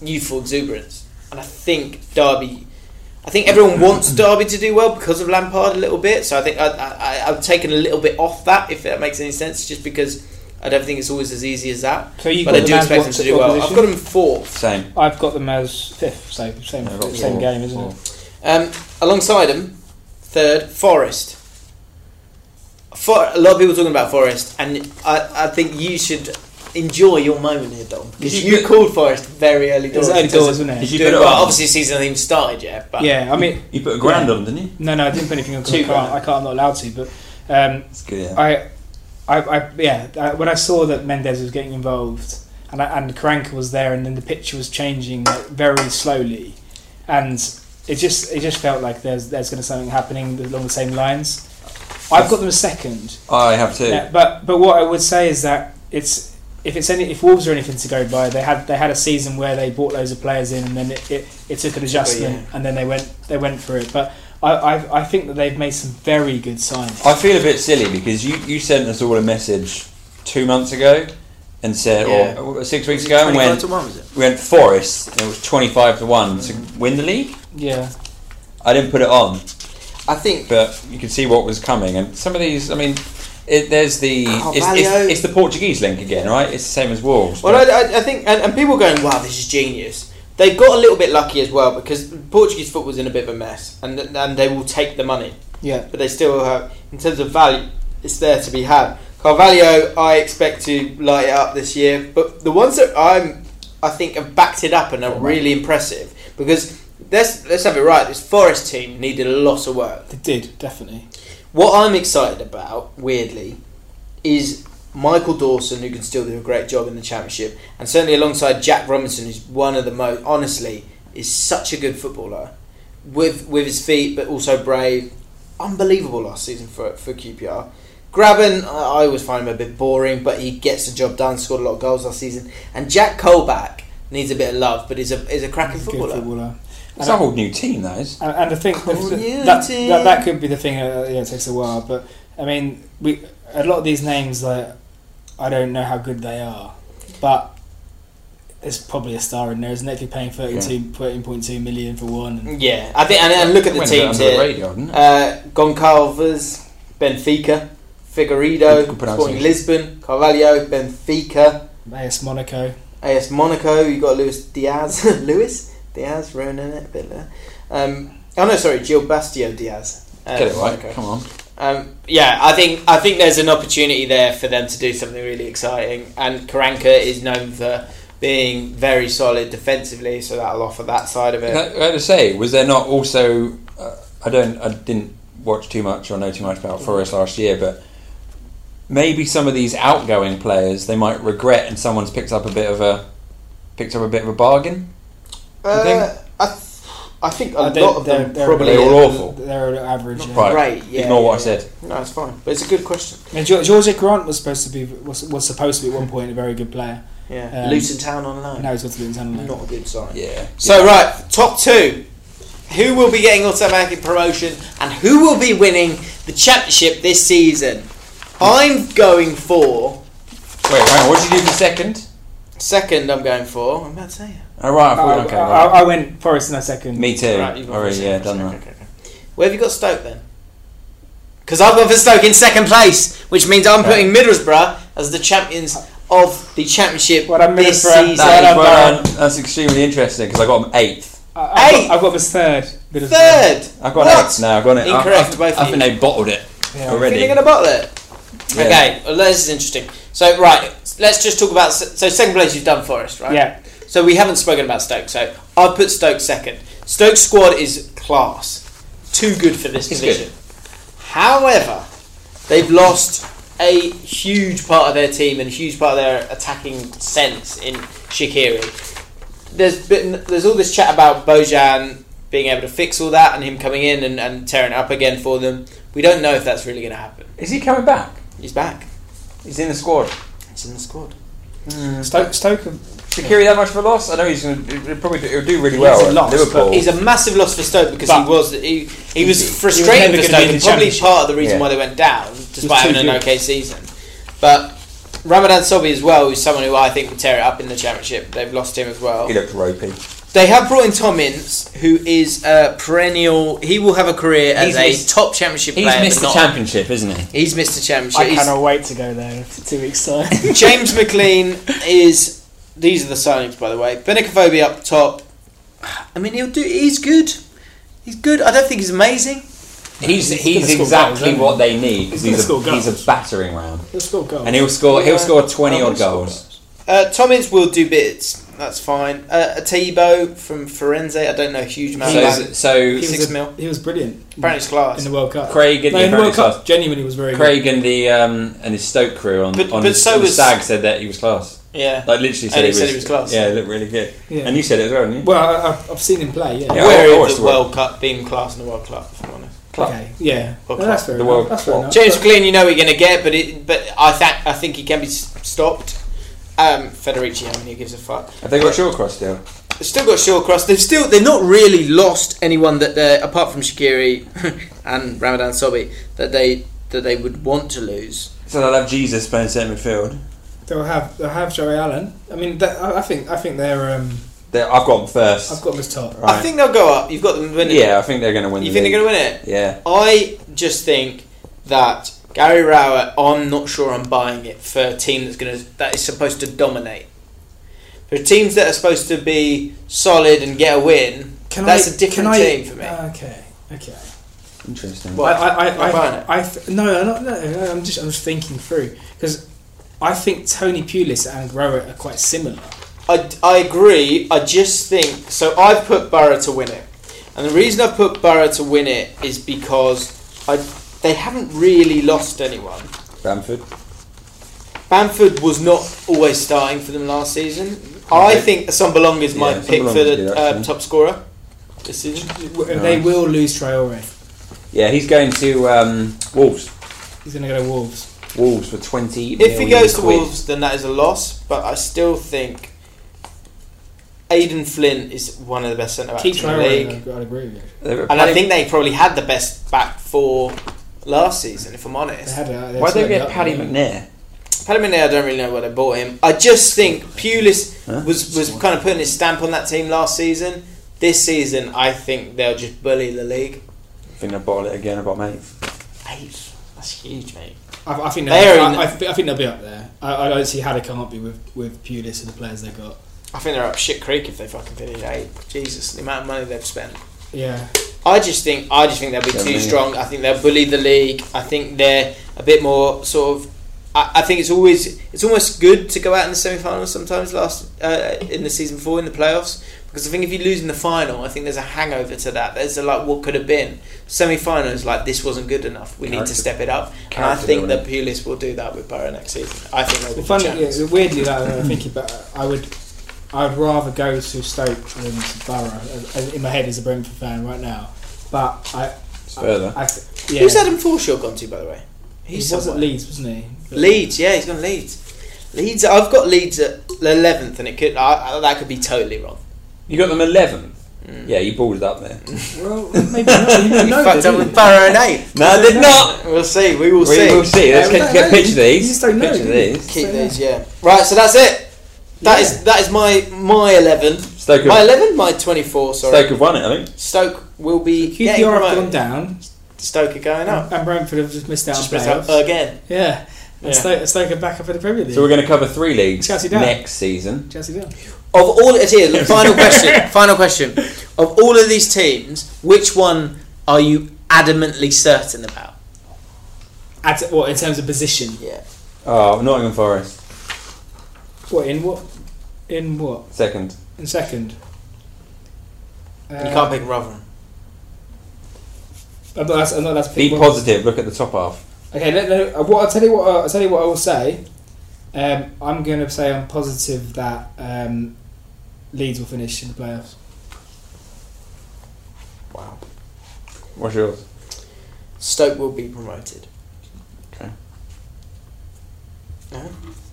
youthful exuberance. And I think Derby, I think everyone wants Derby to do well because of Lampard a little bit. So I think I, I, I've taken a little bit off that, if that makes any sense, just because I don't think it's always as easy as that. So you've but got I the do man expect them wants to at do your well. position? I've got them fourth. same. I've got them as fifth, so same I've got same four- game, isn't four. it? Um, alongside him, third, Forest. For, a lot of people talking about Forest, and I, I think you should enjoy your moment here, Dom, because Did you, you called Forest very early It was doors. early because doors, of- wasn't Did it? you doing put it well. on? Obviously, season hasn't even started yet, but Yeah, I mean, You put a grand Yeah. on, didn't you? no, no, I didn't put anything on. 'cause I Two can't, I can't. I'm not allowed to. But um, It's good. Yeah. I, I, I yeah. I, when I saw that Mendes was getting involved, and I, and Karanka was there, and then the picture was changing like, very slowly, and it just it just felt like there's there's going to something happening along the same lines. I've got them second, I have too. yeah, Uh, but but what I would say is that it's if it's any if Wolves are anything to go by, they had they had a season where they bought loads of players in and then it, it, it took an adjustment and then they went they went for it. But I, I I think that they've made some very good signs. I feel a bit silly because you, you sent us all a message two months ago and said, Yeah. or six weeks ago, and 25 went to one, was it? we went Forest and it was twenty five to one to win the league. yeah, I didn't put it on. I think but you can see what was coming. And some of these, I mean, it, there's the it's, Carvalho. it's, it's the Portuguese link again, right? It's the same as Wolves. Well, but- I, I- I think, and, and people are going, "Wow, this is genius." They got a little bit lucky as well because Portuguese football's in a bit of a mess, and and they will take the money, yeah. but they still have, in terms of value, it's there to be had. Carvalho, I expect to light it up this year, but the ones that I'm, I think, have backed it up and are really impressive because let's let's have it right. This Forest team needed a lot of work. They did definitely. What I'm excited about, weirdly, is Michael Dawson, who can still do a great job in the championship, and certainly alongside Jack Robinson, who's one of the most honestly is such a good footballer with with his feet, but also brave. Unbelievable last season for for QPR. Graben, I I always find him a bit boring, but he gets the job done. Scored a lot of goals last season, and Jack Colback needs a bit of love, but is a is a cracking He's a footballer. Good footballer. It's a whole new team, though. is- And, and I think that, Community. that, that that could be the thing. Uh, yeah, it takes a while, but I mean, we a lot of these names like I don't know how good they are, but there's probably a star in there, isn't it? If you're paying 32, 13.2 million for one, and Yeah, I think, and, and look at the Went teams under the here. radar, didn't it? Uh, Goncalves, Benfica, Figueiredo, Good Sporting pronunciation. Lisbon, Carvalho, Benfica, AS Monaco. AS Monaco. You got Luis Diaz, Luis Diaz, Ronan, a bit there. Um, oh no, sorry, Gil Bastio Diaz. Uh, Get it right. Monaco. Come on. Um, yeah, I think I think there's an opportunity there for them to do something really exciting. And Karanka is known for being very solid defensively, so that'll offer that side of it. Can I, can I just say, was there not also? Uh, I don't. I didn't watch too much or know too much about Forest last year, but maybe some of these outgoing players they might regret, and someone's picked up a bit of a picked up a bit of a bargain. Uh, think? I, th- I think a Uh, they're- lot of they're- them they're- probably. They're all awful. They're average. Yeah. Right. Right, yeah, Ignore what I yeah, yeah. said. No, it's fine, but it's a good question. And Gio- George Grant was supposed to be was, was supposed to be at one point a very good player. Yeah, Um, Luton Town on loan. Now he's got to the internal. not a good sign. Yeah. So right, top two. Who will be getting automatic promotion, and who will be winning the championship this season? I'm going for Wait, hang on. What did you do for second? second. I'm going for. I'm about to say. it. Oh, right. I thought, I, Uh, okay. I, right. I went Forest in a second. Me too. Right, you've gone for Already, yeah, second, done second, that. okay, okay. Where have you got Stoke then? Because I've gone for Stoke in second place, which means I'm putting Middlesbrough as the champions of the championship Well done, this Middlesbrough. season. That Well done, is well done. That's extremely interesting because I got them eighth. I, I've Eight. got, I've got this third. bit of- Third. I've got What? eighth now. I've got it. I- Incorrect I, by I few. think they bottled it Yeah. I already. think they're going to bottle it. Yeah. Okay, well, this is interesting. So, right, let's just talk about. So, second place you've done Forest, right? Yeah. So, we haven't spoken about Stoke, so I've put Stoke second. Stoke's squad is class. Too good for this It's division. However, they've lost a huge part of their team and a huge part of their attacking sense in Shakiri. There's been there's all this chat about Bojan being able to fix all that and him coming in and, and tearing it up again for them. We don't know if that's really going to happen. Is he coming back? He's back. He's in the squad. He's in the squad. Stoke, Stoke have Shakiri that much of a loss? I know he's going to probably do, he'll do really He's well a at loss, Liverpool. but He's a massive loss for Stoke because But- he was he, he He was was frustrating never for gonna Stoke be in the and probably Championship. part of the reason Yeah. why they went down, despite too having an good. okay season. But Ramadan Sobhi as well, who's someone who I think will tear it up in the championship. They've lost him as well. he looked ropey. They have brought in Tom Ince, who is a perennial. He will have a career as He's a missed- top championship He's player. missed but the not- championship, isn't he? He's missed the championship. I He's- cannot wait to go there for two weeks' time. James McLean is. These are the signings, by the way. Benicophobia up top. I mean, he'll do. He's good. He's good. I don't think he's amazing. He's he's, gonna score goals, exactly isn't he? what they need. He's He's, gonna a, score goals. he's a battering ram, He'll score goals. and he'll score Yeah. he'll score twenty He'll odd score goals. Uh, Tommins will do bits. That's fine. Uh, Atebo from Firenze. I don't know a huge amount. So about him. is- so he, six was a- mil. he was brilliant. Apparently, it's class. in the World Cup. Craig and no, the in the World apprentice Cup, last- genuinely was very Craig and the um, and his Stoke crew on But- on but his, so on the was- stag said that he was class. yeah. Like literally said, And he, he said was, he was class. Yeah, he looked really good. Yeah. And you said it as well, didn't you? good. Well, I, I've, I've seen him play. Yeah. Yeah. Where I is watched the the World- World Cup being class in the World Cup? If I'm honest. Okay. Yeah. World No, Cup. that's fair. The enough. World that's fair Cup. enough. James But McLean, you know we're going to get, but it, but I think I think he can be s- stopped. Um, Federici, I mean, who gives a fuck? Have they got Shawcross still? They've still got Shawcross. They've still they've not really lost anyone that they apart from Shakiri and Ramadan Sobhi that they that they would want to lose. So they'll have Jesus playing centre midfield. they'll have they'll have Joey Allen. I mean, that, I, I think I think they're. Um, They're, I've got them first. I've got him as top. Right. I think they'll go up. You've got them winning. yeah, I think they're going to win. You the think they're league. going to win it? Yeah. I just think that Gary Rowett. I'm not sure I'm buying it for a team that's going to that is supposed to dominate. For teams that are supposed to be solid and get a win, that's a a different team for me. Okay. Okay. Interesting. What? I, I, Not buying it. I, I, I th- no, I'm not, no, no, I'm just, I'm just thinking through because I think Tony Pulis and Rowett are quite similar. I, I agree. I just think so. I've put Borough to win it. And the reason I put Borough to win it is because I, they haven't really lost anyone. Bamford. Bamford was not always starting for them last season. I Okay. think Sambalonga is my Yeah, pick for Sambalonga's the good, uh, actually. top scorer this season. They will lose Traore. Yeah, he's going to um, Wolves. He's going to go to Wolves. Wolves for twenty. If he million goes to quid. Wolves, then that is a loss. But I still think Aidan Flint is one of the best centre backs in Keep the Traore. league, I'd I'd agree with you. They were and I playing- think they probably had the best back four last season. If I'm They honest, had a, why they don't we had a- get Paddy McNair? Palomino, I don't really know why they bought him. I just think Pulis Huh? was was kind of putting his stamp on that team last season. This season, I think they'll just bully the league. I think they bottle it again about mate. Eight, that's huge, mate. I, I think They're they'll, in- I, I, thi- I think they'll be up there. I, I don't see how they can't be with with Pulis and the players they got. I think they're up shit creek if they fucking finish eight. Jesus, the amount of money they've spent. Yeah, I just think I just think they'll be They're too mean. strong. I think they'll bully the league. I think they're a bit more sort of. I, I think it's always it's almost good to go out in the semi-finals sometimes last uh, in the season before in the playoffs because I think if you lose in the final, I think there's a hangover to that. There's a like what could have been semi-finals like this wasn't good enough. We need to Character- step it up, and I character think that building. Pulis will do that with Borough next season. I think they'll be well, the funny. champions. Yeah, weirdly, that I think about. I would, I'd rather go to Stoke than to Borough. as- as- In my head, as a Brentford fan right now, but I, Further. I, th- yeah, Who's Adam Forshaw gone to, by the way? He He's was at somewhere. Leeds, wasn't he? Leeds, yeah, he's gone Leeds. Leeds, I've got Leeds at eleventh, and it could I, I, that could be totally wrong. You got them eleventh. Mm. Yeah, you balled it up there. Well, maybe not. You You know fucked that, up didn't with Barrow and eight. no, I did not. We'll see. We will We see. will see. Yeah, we Let's get, don't get a know. picture of these. You just don't know, picture of do you? these. Keep So, these, yeah. Right, so that's it. That is Yeah. that is my my eleven. Stoke My have, eleven, my twenty-four. Sorry, Stoke Stoke, have won it. I think. will be you? getting QPR have gone promoted. down, Stoke are going up. and Brentford have just missed out Just on missed out playoffs. again. yeah, Yeah. and Stoke, Stoke are back up in the Premier League. So we're going to cover three leagues Chelsea down. next season. Chelsea down. Of all it is, look, final question. Final question. Of all of these teams, which one are you adamantly certain about? At, what in terms of position? Yeah. Oh, Nottingham Forest What in what? In what? second. In second. Uh, You can't pick Rotherham. I'm not, that's, I'm not, that's Be well, positive. Look at the top half. Okay, let, let, uh, what I'll tell you what I'll, I'll tell you what I will say. Um, I'm going to say I'm positive that um, Leeds will finish in the playoffs. Wow. What's yours? Stoke will be promoted. Okay. Uh-huh.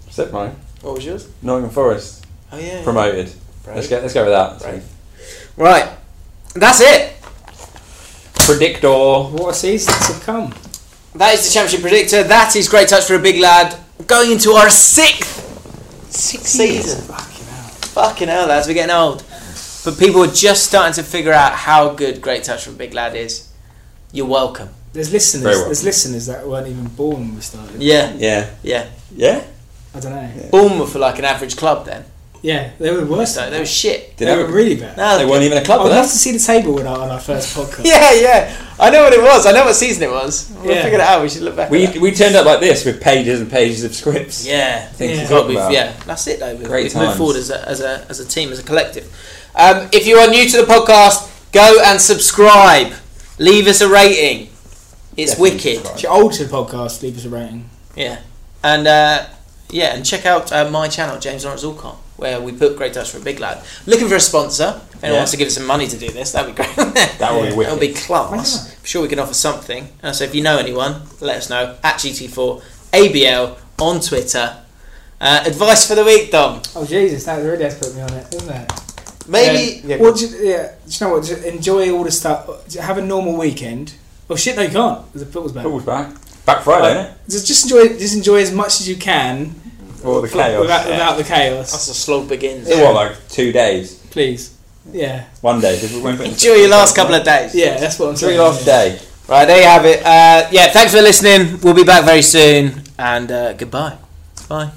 Except mine. What was yours? Nottingham Forest Oh yeah. yeah. promoted. Brave. Let's go. Let's go with that. Brave. Right. That's it. Predictor. What a season to come! That is the championship predictor. That is great touch for a big lad. Going into our sixth, sixth season. Fucking hell. Fucking hell, lads, we're getting old. But people are just starting to figure out how good great touch from big lad is. You're welcome. There's listeners. Very well. There's listeners that weren't even born when we started. Yeah, Yeah. yeah. Yeah. I don't know. Bournemouth were like an average club then. Yeah, they were worse. So though. they were shit. Did they were ever- really bad. Oh, No, They weren't even a I club. would were they? love to see the table when I, on our first podcast. Yeah, yeah. I know what it was. I know what season it was. We'll Yeah. figure it out. We should look back. We at that. we turned up like this with pages and pages of scripts. yeah. Things Yeah. to talk We've- about. yeah, that's it though. We've, Great we've moved times. forward as a, as, a, as a team, as a collective. Um, if you are new to the podcast, go and subscribe. Leave us a rating. It's Definitely wicked. subscribe. If you're old to the podcast, leave us a rating. Yeah, and uh, yeah, and check out uh, my channel, James Lawrence Allcott, where we put great touch for a big lad. Looking for a sponsor. If anyone Yeah. wants to give us some money to do this, that'd be great. That would Yeah. be That'll wicked. be class. I'm sure we can offer something. And so if you know anyone, let us know at GT4 ABL on Twitter. Uh, advice for the week, Dom. Oh Jesus, that really has put me on it, doesn't it? Maybe Um, well, ju- yeah, do you know what? Just enjoy all the stuff. Have a normal weekend. Oh shit, no, you can't. There's a football's back. Football's back. Back Friday, isn't it? Just, just enjoy, just enjoy as much as you can All the chaos. without, yeah. without the that's chaos, the slog begins. So what, like two days? please. Yeah, One day? Did we went for- Enjoy your last couple of days. yeah, that's what I'm Enjoy saying. your last day. Right, there you have it. Uh, yeah, thanks for listening. We'll be back very soon. And uh, goodbye. Bye.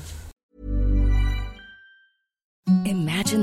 Imagine